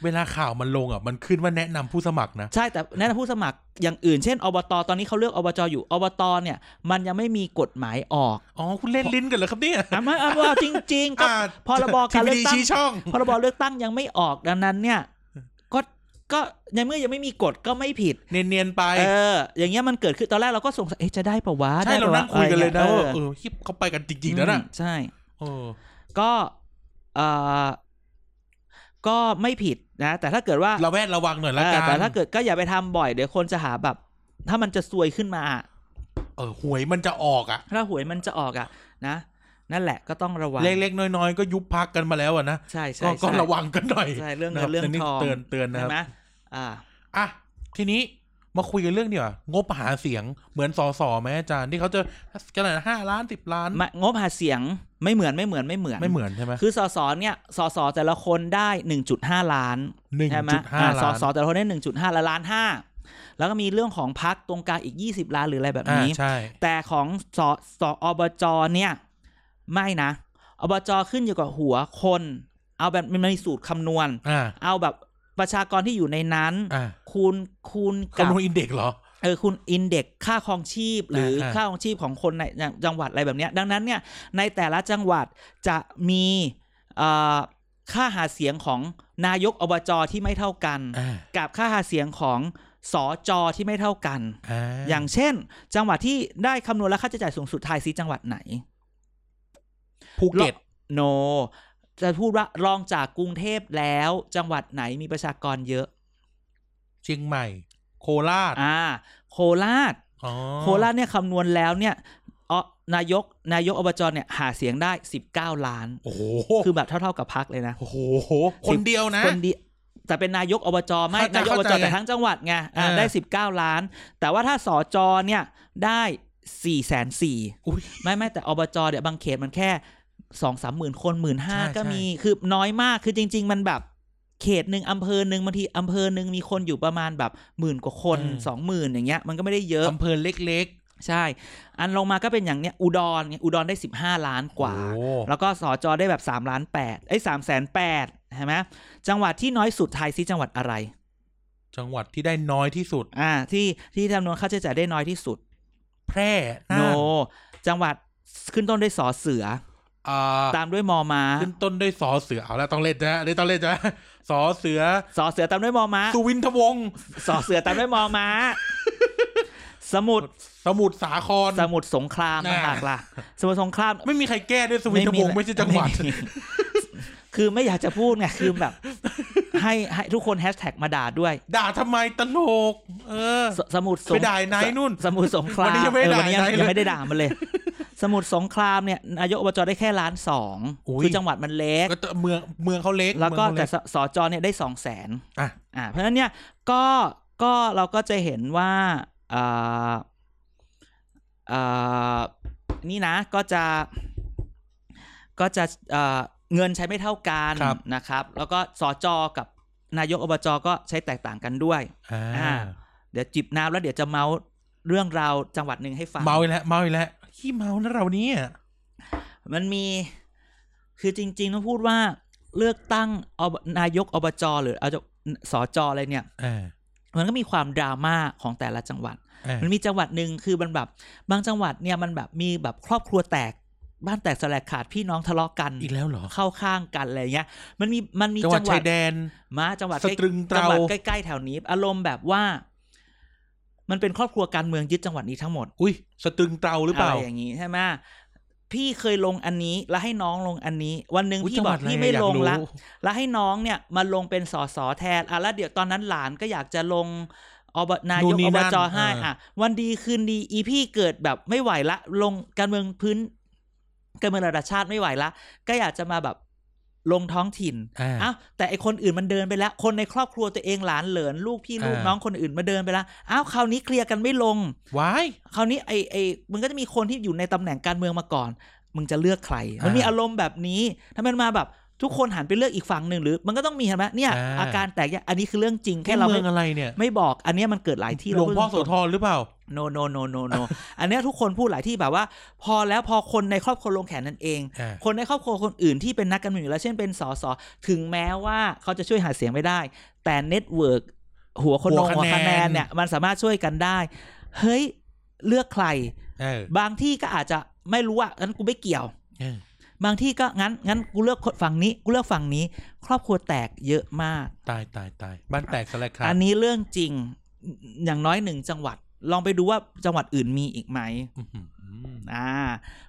B: เวลาข่าวมันลงอ่ะมันขึ้นว่าแนะนำผู้สมัครนะ
A: ใช่แต่แนะนำผู้สมัครอย่างอื่นเช่นอบตตอนนี้เขาเลือกอบจอยู่อบตเนี่ย มันยังไม่มีกฎหมายออก
B: อ๋อคุณเล่นลิ้นกันเหรอครับเนี่ย
A: อ่ะไม่เอา เอาจริง ๆ ก็
B: อ่า
A: พรบการเลือก
B: ทีวี
A: ตั้ง
B: ชี้ช่อง
A: พรบเลือกตั้งยังไม่ออกดังนั้นเนี่ย ก็ก็ในเมื่อยังไม่มีกฎก็ไม่ผิด
B: เนียนๆไป
A: เออ อย่างเงี้ยมันเกิดขึ้นตอนแรกเราก็สงสัยเอ๊ะจะได้ปะวะ
B: ใช่
A: ได้
B: เรา
A: ปะวะ
B: นั่งคุยกันเลยนะ
A: อ
B: ว่า
A: ไร
B: เอ
A: งี้
B: อฮิปเขาไปกันจริงๆนะน่ะ
A: อืมใช่
B: เออ
A: ก็เออก็ไม่ผิดนะ แต่ถ้าเกิดว่า
B: ระแวดระวังหน่อยละ
A: เอ
B: กั
A: อน แต่ถ้าเกิดก็อย่าไปทำบ่อยเดี๋ยวคนจะหาแบบ ถ้ามันจะซวยขึ้นมา
B: เออหวยมันจะออกอ่ะ
A: ถ้าหวยมันจะออกอ่ะ นะ นั่นแหละก็ต้องระวัง
B: เล็กๆน้อยๆ ก็ยุบพักกันมาแล้วอะนะ
A: ใช่ใช่
B: ก็
A: ใช่
B: ก็ระวังกันหน่อย
A: ใช่เรื่อง
B: นะ
A: เงิน
B: คบ
A: เรื่อง
B: แต่นี่
A: ทอง
B: เตือนเตือนนะค
A: ใช่ไหม
B: รับ
A: อ่า
B: อ่ะทีนี้มาคุยกันเรื่องเดียวางบหาเสียงเหมือนสอสอไหมอาจารย์ที่เขาจะกันไหนห้าล้านสิบล้าน
A: ไม่งบหาเสียงไม่เหมือนไม่เหมือนไม่เหมือน
B: ไม่เหมือนใช่ไหม
A: คือสสเนี่ยสสแต่ละคนได้หนึ่งจุดห้าล้าน
B: หนึ่ง
A: ใช่ไหม
B: จุดห้า
A: อ่าส
B: ล้าน
A: สแต่ละคนได้หนึ่งจุดห้าละล้านห้าแล้วก็มีเรื่องของพักตรงกลางอีกยี่สิบล้านหรืออะไรแบบ
B: อ่า
A: นี้
B: ใช่
A: แต่ของสสอบจเนี่ย ไม่นะ อบจขึ้นอยู่กับหัวคน เอาแบบมันมีสูตรคำนวณ
B: อ่า
A: เอาแบบประชากรที่อยู่ในนั้น
B: อ่า
A: คูณคูณ
B: คำ
A: กับ
B: นวณอินเด็กซ์เหรอ
A: เออคุณอินเด็กค่าครองชีพหรืออา ค่าครองชีพของคนในจังหวัดอะไรแบบเนี้ยดังนั้นเนี่ยในแต่ละจังหวัดจะมีเอ่อค่าหาเสียงของนายกอบจที่ไม่เท่ากัน
B: อ่า
A: กับค่าหาเสียงของสอจอที่ไม่เท่ากัน
B: อ่า
A: อย่างเช่น จังหวัดที่ได้คำนวณและค่าใช้จ่ายสูงสุดทายซิจังหวัดไหน
B: ภูเก็ต
A: โน จะพูดว่ารองจากกรุงเทพแล้วจังหวัดไหนมีประชากรเยอะ
B: เชียงใหม่ โคราช
A: อ่าโคราช
B: อ๋อ
A: โคราชเนี่ยคำนวณแล้วเนี่ยเออนายกนายกอบจเนี่ยหาเสียงได้ 19 ล้าน
B: โอ้โห
A: คือแบบเท่าๆกับพักเลยนะ
B: โอ้โหคนเดียวนะ
A: คนเดียวแต่เป็นนายกอบจไม่นา
B: เข้าใจ
A: ยกอบจ
B: เข้าใจ
A: แต่ทั้งจังหวัดไงอ่ะ
B: เออ
A: ได้ 19 ล้าน แต่ว่าถ้าสอจอเนี่ยได้4ี่แสนสี่
B: อุ้ย
A: ไม่ไม่แต่อบจเนี่ยบางเขตมันแค่สองสามหมื่นคนหมื่น
B: ใช่
A: ห้าก็
B: ใช่
A: มีคือน้อยมากคือจริง ๆ มันแบบเขตหนึ่งอำเภอหนึ่งบางทีอำเภอหนึ่งมีคนอยู่ประมาณแบบหมื่นกว่าคนสองหมื่นอย่างเงี้ยมันก็ไม่ได้เยอะ
B: อำเภอเล็ก
A: ใช่ อันลงมาก็เป็นอย่างเนี้ยอุดรเนี่ยอุดรได้ 15 ล้าน
B: ๆ
A: กว่า
B: โอ้โห
A: แล้วก็สอจอได้แบบ3ล้าน8ไอ้ย3แสน8ใช่ไหมจังหวัดที่น้อยสุดไทายซิจังหวัดอะไร
B: จังหวัดที่ได้น้อยที่สุด
A: อ่า ที่ที่จำนวนค่าใช้จ่ายได้น้อยที่สุด
B: แพร่
A: โน
B: น่าน
A: จังหวัดขึ้นต้นด้วยสอเสือ
B: อ่า
A: ตามด้วยมอม้า
B: ขึ้นต้นด้วยสอเสือเอาละต้องเล่นนะเล่นต้องเล่นนะ สอเสือ
A: สอเสือตามด้วยมอม้า
B: สุวินทวงศ์
A: สอเสือตามด้วยมอม้า สมุทร
B: สมุทรสาคร
A: สมุทรสงคราม
B: น่ะ
A: ต่างหากล่ะสมุทรสงคราม
B: ไม่มีใครแก้ด้วยสุวินทวงศ์ไม่ใช่จังหวัด
A: ไม่มีคือไม่อยากจะพูดไง คือแบบ ให้ให้ทุกคนแฮชแท็กมาด่าด้วย
B: ด่าทำไมตลก เออ
A: สสมุดสง
B: ไปด่าไอ้นายนู่น
A: สมุดสงคราม
B: วันนี้ยังไม่ได้
A: เออวันนี้
B: ด่าไอ้นายเลย
A: ยังไม่ได้ด่ามันเลย สมุดสงครามเนี่ยนายกอบจได้แค่ล้านสอง
B: อุ๊ย
A: คือจังหวัดมันเล็ก
B: ก็เมืองเมืองเขาเล็ก
A: แล้วก็
B: เมืองเขา
A: แต่
B: เล็
A: สสจเนี่ยได้สองแสน
B: อ่ะ
A: อ่าเพราะฉะนั้นเนี่ยก็ก็เราก็จะเห็นว่าอ่าอ่านี่นะก็จะ ก็จะเอ่อเงินใช้ไม่เท่ากันนะครับ แล้วก็สจกับนายกอบจก็ใช้แตกต่างกันด้วย
B: อ่า
A: อ่า เดี๋ยวจิบน้ำแล้วเดี๋ยวจะเมาส์เรื่องราวจังหวัดหนึ่งให้ฟัง
B: เมาอีกแล้วเมาอีกแล้วขี้เมานะเราเนี่ย
A: มันมี คือจริง ๆ ต้องพูดว่าเลือกตั้งอบนายกอบจหรือเอาจะสจอะไรเนี่ย
B: อ่า
A: มันก็มีความดราม่าของแต่ละจังหวัด
B: อ่า
A: มันมีจังหวัดหนึ่งคือมันแบบบางจังหวัดเนี่ยมันแบบมีแบบครอบครัวแตกบ้านแตกสลายขาดพี่น้องทะเลาะกัน
B: อีกแล้วเหรอ
A: เข้าข้างกันอะไรเงี้ย มันมีมันมี
B: จังหวัดชายแดน
A: มาจังหวัด
B: สตรึงเตรา
A: จังหวัดใกล้ๆแถวนี้ อารมณ์แบบว่า มันเป็นครอบครัวการเมืองยึดจังหวัดนี้ทั้งหมด
B: อุ้ยสตรึงเตาหรือเปล่า
A: ไรอย่างนี้ใช่ไหมพี่เคยลงอันนี้แล้วให้น้องลงอันนี้ วันหนึ่ง
B: อุ๊ย
A: พี่บอก
B: จังหวัดอะไร
A: พี่ไม่
B: อยาก
A: ลง
B: รู้
A: ละแล้วให้น้องเนี่ยมาลงเป็นสสแทนอ่ะแล้วเดี๋ยวตอนนั้นหลานก็อยากจะลงอบนาย
B: นู่
A: ก
B: นนี่
A: อบ
B: นั่น
A: จให้
B: เอออ่
A: อ่ะ วันดีคืนดีอีพี่เกิดแบบไม่ไหวละลงการเมืองพื้นการเมืองระดับชาติไม่ไหวละก็อยากจะมาแบบลงท้องถิ่น
B: อ่า
A: อ้าวแต่ไอคนอื่นมันเดินไปแล้ว คนในครอบครัวตัวเองหลานเหลินลูกพี่ลูก
B: อ่า
A: น้องคนอื่นมาเดินไปแล้วอ้าวคราวนี้เคลียร์กันไม่ลง
B: วาย
A: คราวนี้ไอ้ไอ้มันก็จะมีคนที่อยู่ในตำแหน่งการเมืองมาก่อน มึงจะเลือกใคร
B: อ่ามั
A: มันมีอารมณ์แบบนี้ ถ้ามันมาแบบทุกคนหันไปเลือกอีกฝั่งหนึ่งหรือ มันก็ต้องมีเห็นไหมเนี่ย
B: อ่า
A: อาการแตกแยกอันนี้คือเรื่องจริง แค่
B: นี่
A: เรา
B: เมื
A: ไม่
B: องอะไรเนี่ย
A: ไม่บอก อันเนี้ยมันเกิดหลายที่
B: หลวงพ่อ
A: เรา
B: โส
A: เพิ่ง
B: ธรหรือเปล่า
A: โนโนโนโนโน อันเนี้ยทุกคนพูดหลายที่แบบว่า พอแล้วพอคนในครอบครัวลงแขนนั่นเอง
B: อ่า
A: คนในครอบครัวคนอื่นที่เป็นนักการเมืองอยู่แล้วเช่นเป็นสสถึงแม้ว่าเขาจะช่วยหาเสียงไม่ได้ แต่เน็ตเวิร์กหัวคน
B: หั
A: น
B: ว
A: งหัว
B: คะ
A: คะ
B: แน
A: แน
B: น
A: นเนี่ยมันสามารถช่วยกันได้ เฮ้ยเลือกใคร
B: เออบ
A: างที่ก็อาจจะไม่รู้ว่างั้นกูไม่เกี่ยว
B: เออบ
A: างที่ก็งั้นงั้นกูเลือกคนฝั่งนี้กูเลือกฝั่งนี้ ครอบครัวแตกเยอะมาก
B: ตายตายตายบ้านแตกสลายขา
A: อั
B: ด
A: นนี้เรื่องจริงอย่างน้อยหนึ่งจังหวัด ลองไปดูว่าจังหวัดอื่นมีอีกไหม
B: อื้อหือ
A: อ่า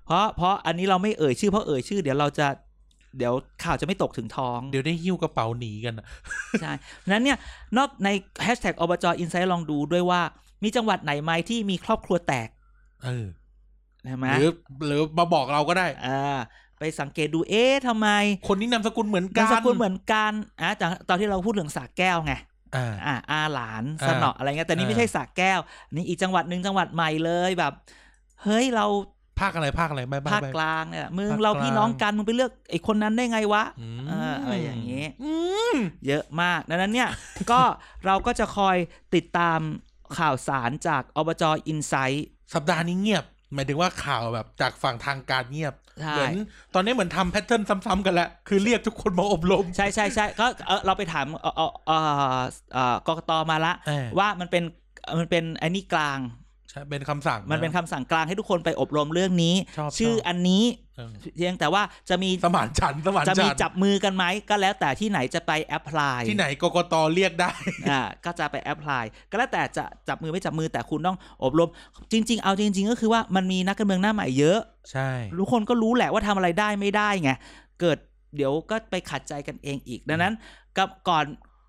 A: เพราะเพราะอันนี้เราไม่เอ่ยชื่อเพราะเอ่ยชื่อ เดี๋ยวเราจะ เดี๋ยวข่าวจะไม่ตกถึงท้อง
B: เดี๋ยวได้หิ้วกระเป๋าหนีกันอะ
A: ใช่เพราะฉะนั้นเนี่ยนอกในแฮชแท็กอบจอินไซต์ลองดูด้วยว่า มีจังหวัดไหนไหมที่มีครอบครัวแตก
B: เออ
A: ใช่ไหม
B: หรือหรือมาบอกเราก็ได้
A: อ่าไปสังเกตดูเอ๊ะทำไม
B: คนนี้นามสกุลเหมือน
A: นา
B: กั
A: ม
B: น
A: สกุลเหมือนกันอ่ะจากตอนที่เราพูดเรื่องสระแก้วไง
B: อ่า
A: อ่ะอาหลาน
B: อ่า
A: สนออะไรเงี้ย แต่นี่
B: อ่า
A: ไม่ใช่สระแก้ว นี่อีกจังหวัดหนึ่งจังหวัดใหม่เลยแบบ เฮ้ยเรา
B: ภาคอะไรภาคอะไรไม่ไม่
A: ภาค
B: ไม่
A: กลางเนี่ยมึง
B: ภาค
A: เรา
B: กลาง
A: พี่น้องกันมึงไปเลือกไอ้คนนั้นได้ไงวะ
B: ม
A: เอออะไรอย่างงี้
B: อืม
A: เยอะมากดังนั้นเนี่ย ก็เราก็จะคอยติดตามข่าวสารจากอบจอินไซต์
B: สัปดาห์นี้เงียบ หมายถึงว่าข่าวแบบจากฝั่งทางการเงียบ
A: ใช่
B: เหมือนตอนนี้เหมือนทำแพทเทิร์นซ้ำๆกันแล้ว คือเรียกทุกคนมาอบรม
A: ใช่ใช่ใช่ก็เอ่อเราไปถามเอ่อเอ่อเอ่อเอ่อกกตมาละ
B: เออ
A: ว่ามันเป็นมันเป็นไอ้นี่กลาง
B: ใช่เป็นคำสั่ง
A: มันเป็นคำสั่งกลางให้ทุกคนไปอบรมเรื่องนี้
B: ชอบ
A: ชื่อ
B: ชบ
A: อันนี้
B: เออ
A: เพียงแต่ว่าจะมี
B: สมานฉันท์สมาน
A: จะ
B: ฉั
A: มี
B: นท์
A: จับมือกันไหมก็แล้วแต่ที่ไหนจะไปแอพพลาย
B: ที่ไหนกกตเรียกได้
A: อ่าก็จะไปแอพพลายก็แล้วแต่จะจับมือไม่จับมือแต่คุณต้องอบรม จริง ๆ เอาจริง ๆ ก็คือว่ามันมีนักการเมืองหน้าใหม่เยอะ
B: ใช่
A: ทุกคนก็รู้แหละว่าทำอะไรได้ไม่ได้ไงเกิดเดี๋ยวก็ไปขัดใจกันเองอีก ดังนั้นกับก่อน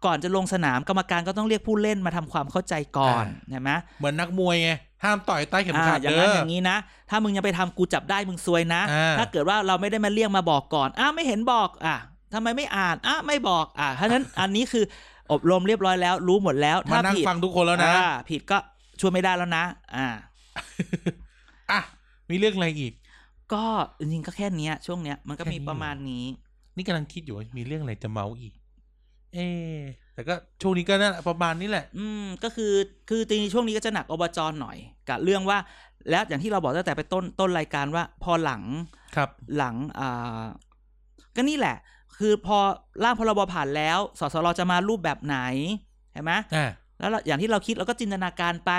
A: ก่อนจะลงสนามกรรมการก็ต้องเรียกผู้เล่นมาทำความเข้าใจก่อนใช่ไหม
B: เหมือนนักมวยไงห้ามต่อยใต้เข็ม
A: อ่า
B: ขัด
A: อย่าง
B: เด้
A: นั้น
B: อ
A: อ
B: อ
A: ย่างนี้นะ ถ้ามึงยังไปทำกูจับได้มึงซวยนะ
B: อ่า
A: ถ้าเกิดว่าเราไม่ได้มาเรียกมาบอกก่อน อ้าวไม่เห็นบอก อ่ะทำไมไม่อ่านอ้าวไม่บอก อ่ะเพราะฉะนั้น อันนี้คืออบรมเรียบร้อยแล้ว รู้หมดแล้ว
B: มา
A: ถ้า
B: นั่ง
A: ผิด
B: ฟังทุกคนแล้วนะ
A: อ่าผิดก็ช่วยไม่ได้แล้วนะ อ่า
B: อ่ะ มีเรื่องอะไรอีก
A: ก็จริงๆก็แค่เนี้ย ช่วงเนี้ยมันก็มี
B: แค่นี้
A: ประมาณนี้
B: นี่กำลังคิดอยู่ว่ามีเรื่องอะไรจะเมาอีก เอ๊ะแต่ก็ช่วงนี้ก็นั่นแหละประมาณนี้แหละ
A: อืมก็คือคือจริงๆช่วงนี้ก็จะหนักอบจหน่อยกับเรื่องว่า แล้วอย่างที่เราบอกตั้งแต่ไปต้นต้นรายการว่า พอหลัง
B: ครับ
A: หลังอ่าก็นี่แหละ คือพอร่างพรบผ่านแล้วสสรจะมารูปแบบไหนเห็นไหม
B: อ่า
A: แล้วเราอย่างที่เราคิดเราก็จินตนาการไป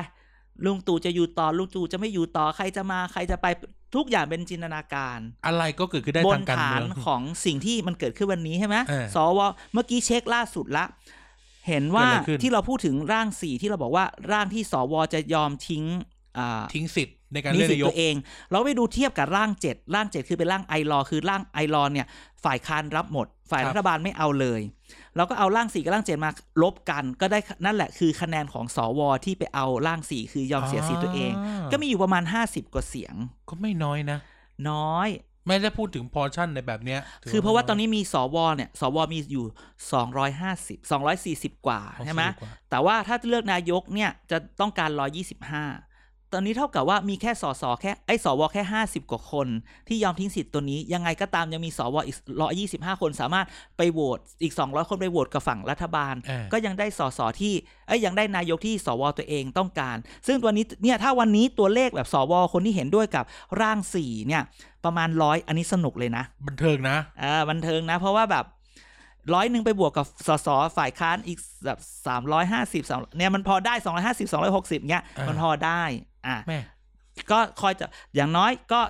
A: ลุงตู่จะอยู่ต่อลุงตู่จะไม่อยู่ต่อใครจะมาใครจะไปทุกอย่างเป็นจินตนาการ
B: อะไรก็เกิดขึ้นได้
A: บน
B: ทางการ
A: ฐาน
B: เมือง
A: ของสิ่งที่มันเกิดขึ้นวันนี้ใช่ไหม
B: เออ
A: สวเมื่อกี้เช็คล่าสุดละ เห็นว่า
B: เกิดอะไรขึ้น
A: ที่เราพูดถึงร่างสี่ที่เราบอกว่าร่างที่สวจะยอมทิ้งอ่า
B: ทิ้งสิทธิ์ในการ
A: นี่
B: เลือก
A: สิทธิ์
B: นายก
A: ตัวเอง เราไปดูเทียบกับร่างเจ็ดร่างเจ็ดคือเป็นร่างไอรอว์คือร่างไอรอว์เนี่ย ฝ่ายค้านรับหมด ฝ่าย
B: ครับ
A: รัฐบาลไม่เอาเลย เราก็เอาร่างสี่กับร่างเจ็ดมาลบกัน ก็ได้นั่นแหละคือคะแนนของสวที่ไปเอาร่างสี่คือยอมเสียสิทธิ์ตัวเอง ก็มีอยู่ประมาณ 50 กว่าเสียง
B: ก็ไม่น้อยนะ
A: น้อย
B: ไม่ได้พูดถึงพอร์ชั่นในแบบเนี้ยถื
A: คือเพราะว่าตอนนี้มีสวเนี่ยสวมีอยู่ 250 240 กว่า
B: ไม่น้อย
A: ใช่ไหม
B: กว่า
A: แต่ว่าถ้าเลือกนายกเนี่ยจะต้องการ 125 ตอนนี้เท่ากับว่ามีแค่สสแค่ไอ้สวแค่ 50 กว่าคน ที่ยอมทิ้งสิทธิ์ตัวนี้ ยังไงก็ตามยังมีสวอีก125 คนสามารถไปโหวตอีก 200 คนไปโหวตกับฝั่งรัฐบาล
B: อ่า
A: ก็ยังได้สสที่เอ้ยยังได้นายกที่สวตัวเองต้องการ ซึ่งวันนี้เนี่ยถ้าวันนี้ตัวเลขแบบสวคนที่เห็นด้วยกับร่างสี่เนี่ยประมาณร้อยอันนี้สนุกเลยนะ
B: บันเทิงนะ
A: อ่าบันเทิงนะ เพราะว่าแบบร้อยหนึ่งไปบวกกับสสฝ่ายค้านอีกแบบสามร้อยห้าสิบสามเนี่ยมันพอได้สองร้อยห้าสิบสองร้อยหกสิบเงี้ย
B: อ่ามั
A: มันพอได้อ่ะ
B: แม่
A: ก็คอยจะอย่างน้อยก็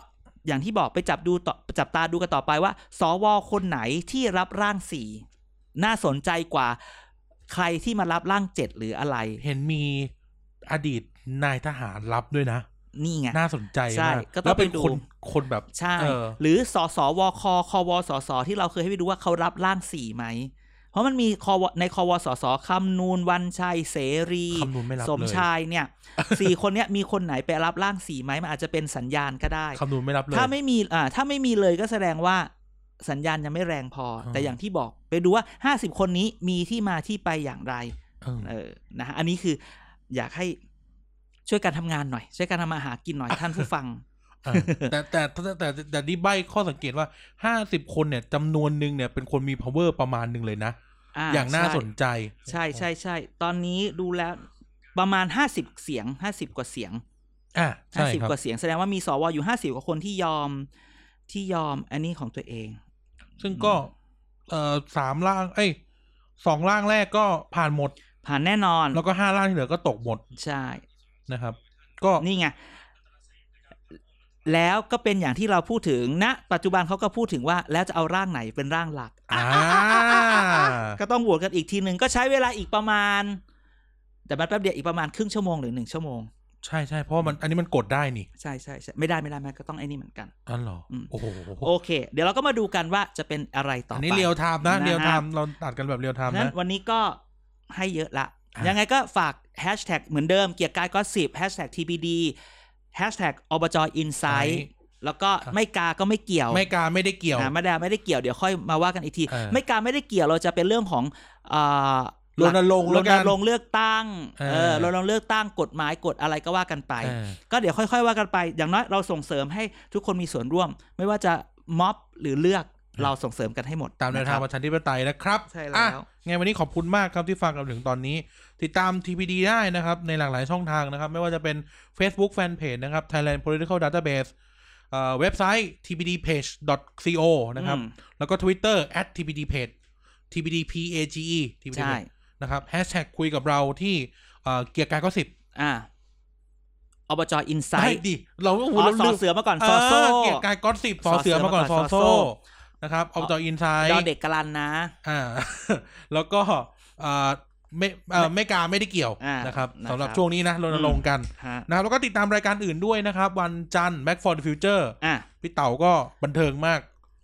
A: อย่างที่บอกไปจับดูต่อจับตาดูกันต่อไปว่า สวคนไหนที่รับร่างสี่น่าสนใจกว่าใครที่มารับร่างเจ็ดหรืออะไร
B: เห็นมีอดีตนายทหารรับด้วยนะ
A: นี่ไง
B: น่าสนใจ
A: ใช่
B: มาก
A: ก็ต้อง
B: แล้วเป็น
A: ไปดู
B: คนคนแบบ
A: ใช่
B: เออ
A: หรือสสวคคอวสสที่เราเคยให้ไปดูว่าเขารับร่างสี่ไหม เพราะมันมีคอวในคอวสสคำนูนวันชัยเสรี
B: คำนูนไม่รับเลย
A: สมชาย เนี่ย สี่คนเนี้ยมีคนไหนไปรับร่างสี่ไหมมันอาจจะเป็นสัญญาณก็ได้
B: คำนวณไม่รับเลย
A: ถ้าไม่มีอ่าถ้าไม่มีเลยก็แสดงว่าสัญญาณยังไม่แรงพอ
B: อ่า
A: แต่อย่างที่บอกไปดูว่าห้าสิบคนนี้มีที่มาที่ไปอย่างไร
B: เออ
A: เออ นะฮะอันนี้คืออยากให้ช่วยการทำงานหน่อย ช่วยการทำมาหากินหน่อยท่านผู้ฟัง
B: อ่าแต่แต่แต่แต่แต่แต่นี่ใบข้อสังเกตว่าห้าสิบคนเนี่ยจำนวนหนึ่งเนี่ยเป็นคนมี power ประมาณหนึ่งเลยนะ อย่างน่า
A: ใช่
B: สนใจ
A: ใช่ใช่ใช่ ตอนนี้ดูแล้วประมาณห้าสิบเสียงห้าสิบกว่าเสียง
B: อ่า
A: ห้า
B: ใช่
A: สิบ
B: ครับ
A: กว่าเสียงแสดงว่ามีสวอยู่ห้าสิบกว่าคนที่ยอมที่ยอมอันนี้ของตัวเอง
B: ซึ่งก็เอ่อสามร่าง เอ้ยสองร่างแรกก็ผ่านหมด
A: ผ่านแน่นอน
B: แล้วก็ห้าร่างที่เหลือก็ตกหมด
A: ใช่
B: นะครับ ก็
A: นี่ไง แล้วก็เป็นอย่างที่เราพูดถึงณปัจจุบันเขาก็พูดถึงว่า แล้วจะเอาร่างไหนเป็นร่างหลัก
B: อ่า
A: ก็ต้องโหวตกันอีกทีหนึ่งก็ใช้เวลาอีกประมาณ แต่มันแป๊บเดียวอีกประมาณครึ่งชั่วโมงหรือหนึ่งชั่วโมง
B: ใช่ใช่เพราะมันอันนี้มันกดได้นี่
A: ใช่ใช่ใช่ไม่ได้ไม่ได้มันก็ต้องไอ้นี่เหมือนกัน
B: อันเหรออ
A: ม
B: โอ้โห
A: โอเค เดี๋ยวเราก็มาดูกันว่าจะเป็นอะไรต่อ
B: อั
A: ไป
B: นนี้เรียวไทม์
A: นะ
B: นะ
A: ฮะ
B: เรียวไทม์เราตัดกันแบบเรียวไทม์
A: นั้น
B: นะ
A: วันนี้ก็ให้เยอะละ
B: อ่ะ
A: ยังไงก็ฝากแฮชแท็กเหมือนเดิมเกียร์กายก็สิบแฮชแท็ก TBD แฮชแท็กอบจอินไซต์แล้วก็ไม่กาก็ไม่เกี่ยว
B: ไม่กาไม่ได้เกี่ยว
A: นะไม่ได้ไม่ได้เกี่ยวเดี๋ยวค่อยมาว่ากันอีกที
B: เออ
A: ไม่กาไม่ได้เกี่ยวเราจะเป็นเรื่องของอ่าร
B: ณรงค์
A: ร
B: แล้วกั
A: ณ
B: น
A: รงค์เลือกตั้ง
B: เออ
A: เออรณรงค์เลือกตั้งกฎหมายกฎอะไรก็ว่ากันไป
B: อ่า
A: ก็เดี๋ยวค่อย ๆ ว่ากันไป อย่างน้อยเราส่งเสริมให้ทุกคนมีส่วนร่วม ไม่ว่าจะม็อบหรือเลือก
B: อ
A: เราส่งเสริมกันให้หมด
B: ตามแนว
A: ะค
B: ทา
A: รั
B: ง
A: บ
B: ประชาธิปไตยนะครับ
A: ใช่แล้ว
B: อ่ะไงวันนี้ขอบคุณมากครับที่ฟังกันถึงตอนนี้ ติดตาม TPD ได้นะครับ ในหลากหลายช่องทางนะครับ ไม่ว่าจะเป็น Facebook Fanpage นะครับ Thailand Political Database เอ่อเว็บไซต์ tpdpage.co นะครับ
A: อืม
B: แล้วก็ Twitter at tpdpage tpdpage
A: ใช่
B: tpdpage นะครับ hashtag คุยกับเราที่เอ่อเกียร์กายก็สิบ
A: อ่าอบจอินไซ
B: ได้
A: ต์
B: ดิ เราโอ้โห
A: อ๋อ
B: เรา
A: สอ
B: ลืม
A: เสือมาก่อน
B: เอ
A: ซอ
B: อ
A: โซ่
B: เกียร์กายก็สิบสอเสือมาก่อนซอโซ่นะครับเอาจออินไซ
A: ดอ
B: ด์
A: เด็กกะลันนะ
B: อ่า แล้วก็เอ่อไม่เอ่อไม่กาไม่ได้เกี่ยว
A: อ่าน
B: นะครับ
A: นะครับ
B: สำหรับช่วงนี้นะรณรงค์กัน
A: ฮะ
B: นะครับแล้วก็ติดตามรายการอื่นด้วยนะครับ วันจันทร์ Back for the Future
A: อ่ะ
B: พี่เต๋าก็บันเทิงมาก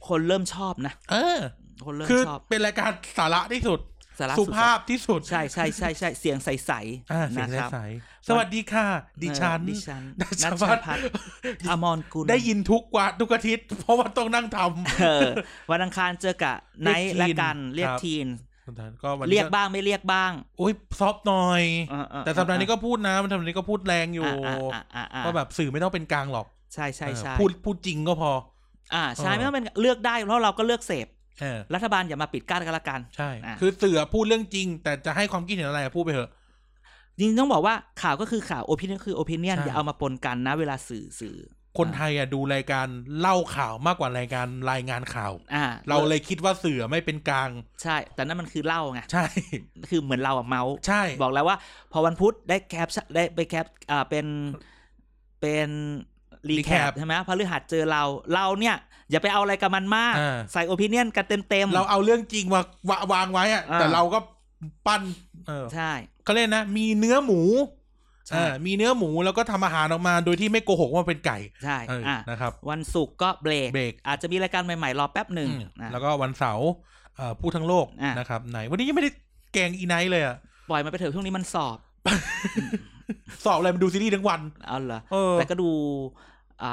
A: คนเริ่มชอบนะ
B: เออ
A: คนเริ่ม
B: คือ
A: ชอบ
B: เป็นรายการสาระที่สุด
A: สาระ
B: สุ
A: ดๆ
B: ภาพที่สุด
A: ใช่ใช่ใช่ใช่เสียงใส
B: อ่า
A: ๆ
B: เสีย
A: นะ
B: ง
A: ครับ
B: ใสๆสวัสดีค่ะ ดิฉัน
A: เออดิฉัน
B: นั
A: นั
B: ช
A: ช
B: พัฒน์
A: พัฒน์อมรกุล
B: ได้ยินทุกวันทุกอาทิตย์ เพราะว่าต้องนั่งท
A: เออวันอังคารเจอกับไนท์และกันเรียกทีน
B: ำก็วันนี้
A: เรียกบ้างไม่เรียกบ้าง
B: โอ้ยซอฟต์หน่อย
A: อ่าๆ
B: แต่สัปดาห์นี้ก็พูดนะสัปดาห์นี้ก็พูดแรงอยู่
A: อ่าๆอ่าๆ
B: ว่าแบบสื่อไม่ต้องเป็นกลางหรอก
A: ใช่ใช่ใช่
B: เออพูดพูดจริงก็พอ
A: อ่าใช่
B: เออ
A: ไม่ต้องเป็นเลือกได้เพราะเราก็เลือกเสพ
B: เออ
A: รัฐบาลอย่ามาปิดกั้นกันละกัน
B: ใช่
A: อ่ะ
B: คือเสือพูดเรื่องจริง แต่จะให้ความคิดเห็นอะไรพูดไปเถอะ
A: จริงๆต้องบอกว่าข่าวก็คือข่าวโอ i ิเนียคือโอ i ิเนียน
B: ใช่
A: อย่าเอามาปนกันนะเวลาสื่อสื่อ
B: คนไทยอ่ะดูรายการเล่าข่าวมากกว่ารายการรายงานข่าว
A: อ่า
B: เราเลยคิดว่าเสือไม่เป็นกลาง
A: ใช่ แต่นั่นมันคือเล่าไง
B: ใช่
A: คือเหมือนเราอะเมาส์
B: ใช่
A: บอกแล้วว่า พอวันพุธได้แคปชั่นได้ไปแคปอ่าเป็นเป็นรีแคป
B: recap
A: ใช่ไหมพฤหัสเจอเราเราเนี่ย อย่าไปเอาอะไรกับมันมาก
B: อ่า
A: ใส่โอ i ิเนียนกันเต็ม
B: เราเอาเรื่องจริงมาวะวางไว้อ่ะ
A: อ่า
B: แต่เราก็ปั้น เออ
A: ๆใช่
B: เขาเล่นนะ มีเนื้อหมู
A: ใช่
B: อ่ามีเนื้อหมูแล้วก็ทำอาหารออกมา โดยที่ไม่โกหกว่าเป็นไก่
A: ใช่
B: เอออ
A: อ่ะ
B: นะครับ
A: วันศุกร์ก็เบรก
B: เบรก
A: อาจจะมีรายการใหม่ๆรอแป๊บหนึ่ง
B: อืม
A: นะ
B: แล้วก็วันเสาร์เอ่อพูดทั้งโลก
A: อ่ะ
B: นะครับไหนวันนี้ยังไม่ได้แกงอีไนท์เลยอ่ะ
A: ปล่อยมันไปเถอะช่วงนี้มันสอบ
B: สอบอะไรมาดูซีรีส์ทั้งวัน
A: เอาเหรอ
B: เออ
A: แต่ก็ดู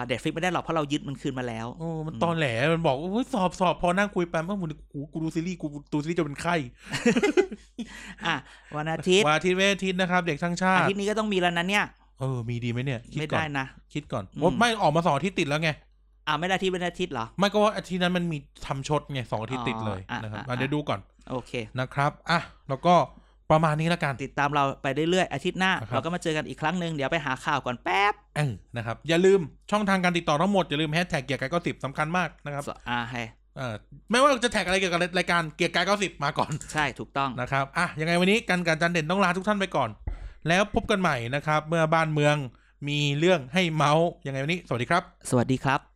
A: เด็ดฟิกไม่ได้หรอกเพราะเรายึดมันคืนมาแล้ว
B: โอ้มันตอนแหล มันบอกว่าเฮ้ยสอบสอบพอนั่งคุยไปมันมึงกูกูดูซีรีส์กูดูซีรีส์จนเป็นไข้
A: อ่ะวันอาทิตย์
B: วันอาทิตย์เวนอาทิตย์นะครับ เด็กช่างชา
A: อา
B: ติ
A: ทิตย์นี้ก็ต้องมีแล้วนะเนี่ย
B: เออ มีดีไหมเนี่ย คิด
A: ไม่
B: ก่อ
A: ได้
B: น
A: นะ
B: คิดก่อน
A: อืม
B: ว่าไม่ออกมาสองอาทิตย์ติดแล้วไง
A: อ่าไม่ได้ที่เป็นอาทิตย์เหรอ
B: ไม่ก็ว่าอาทิตย์นั้นมันมีทำชดไงสองอาทิตย์ติดเลย
A: อ๋ออ่ะ
B: นะครับ
A: อ่ะ
B: อ่ะ
A: อ่ะ
B: เดี๋ยวดูก่อน
A: โอเค
B: นะครับ อ่ะ แล้วก็ประมาณนี้ละกัน
A: ติดตามเราไปเรื่อยๆ อาทิตย์หน้า
B: นะครับ
A: เราก็มาเจอกันอีกครั้งหนึ่งเดี๋ยวไปหาข่าวก่อนแป๊บ
B: เออนะครับ อย่าลืมช่องทางการติดต่อทั้งหมด อย่าลืมแฮชแท็กเกียร์กายเก้าสิบสำคัญมากนะครับ
A: อ่าให้
B: เออไม่ว่าจะแท็กอะไรเกี่ยวกับรายการเกียร์กายเก้าสิบมาก่อน
A: ใช่ถูกต้อง
B: นะครับ อ่ะ ยังไงวันนี้การการจันเด่นต้องลาทุกท่านไปก่อน แล้วพบกันใหม่นะครับ เมื่อบ้านเมืองมีเรื่องให้เมาส์ยังไงวันนี้ สวัสดีครับ
A: สวัสดีครับ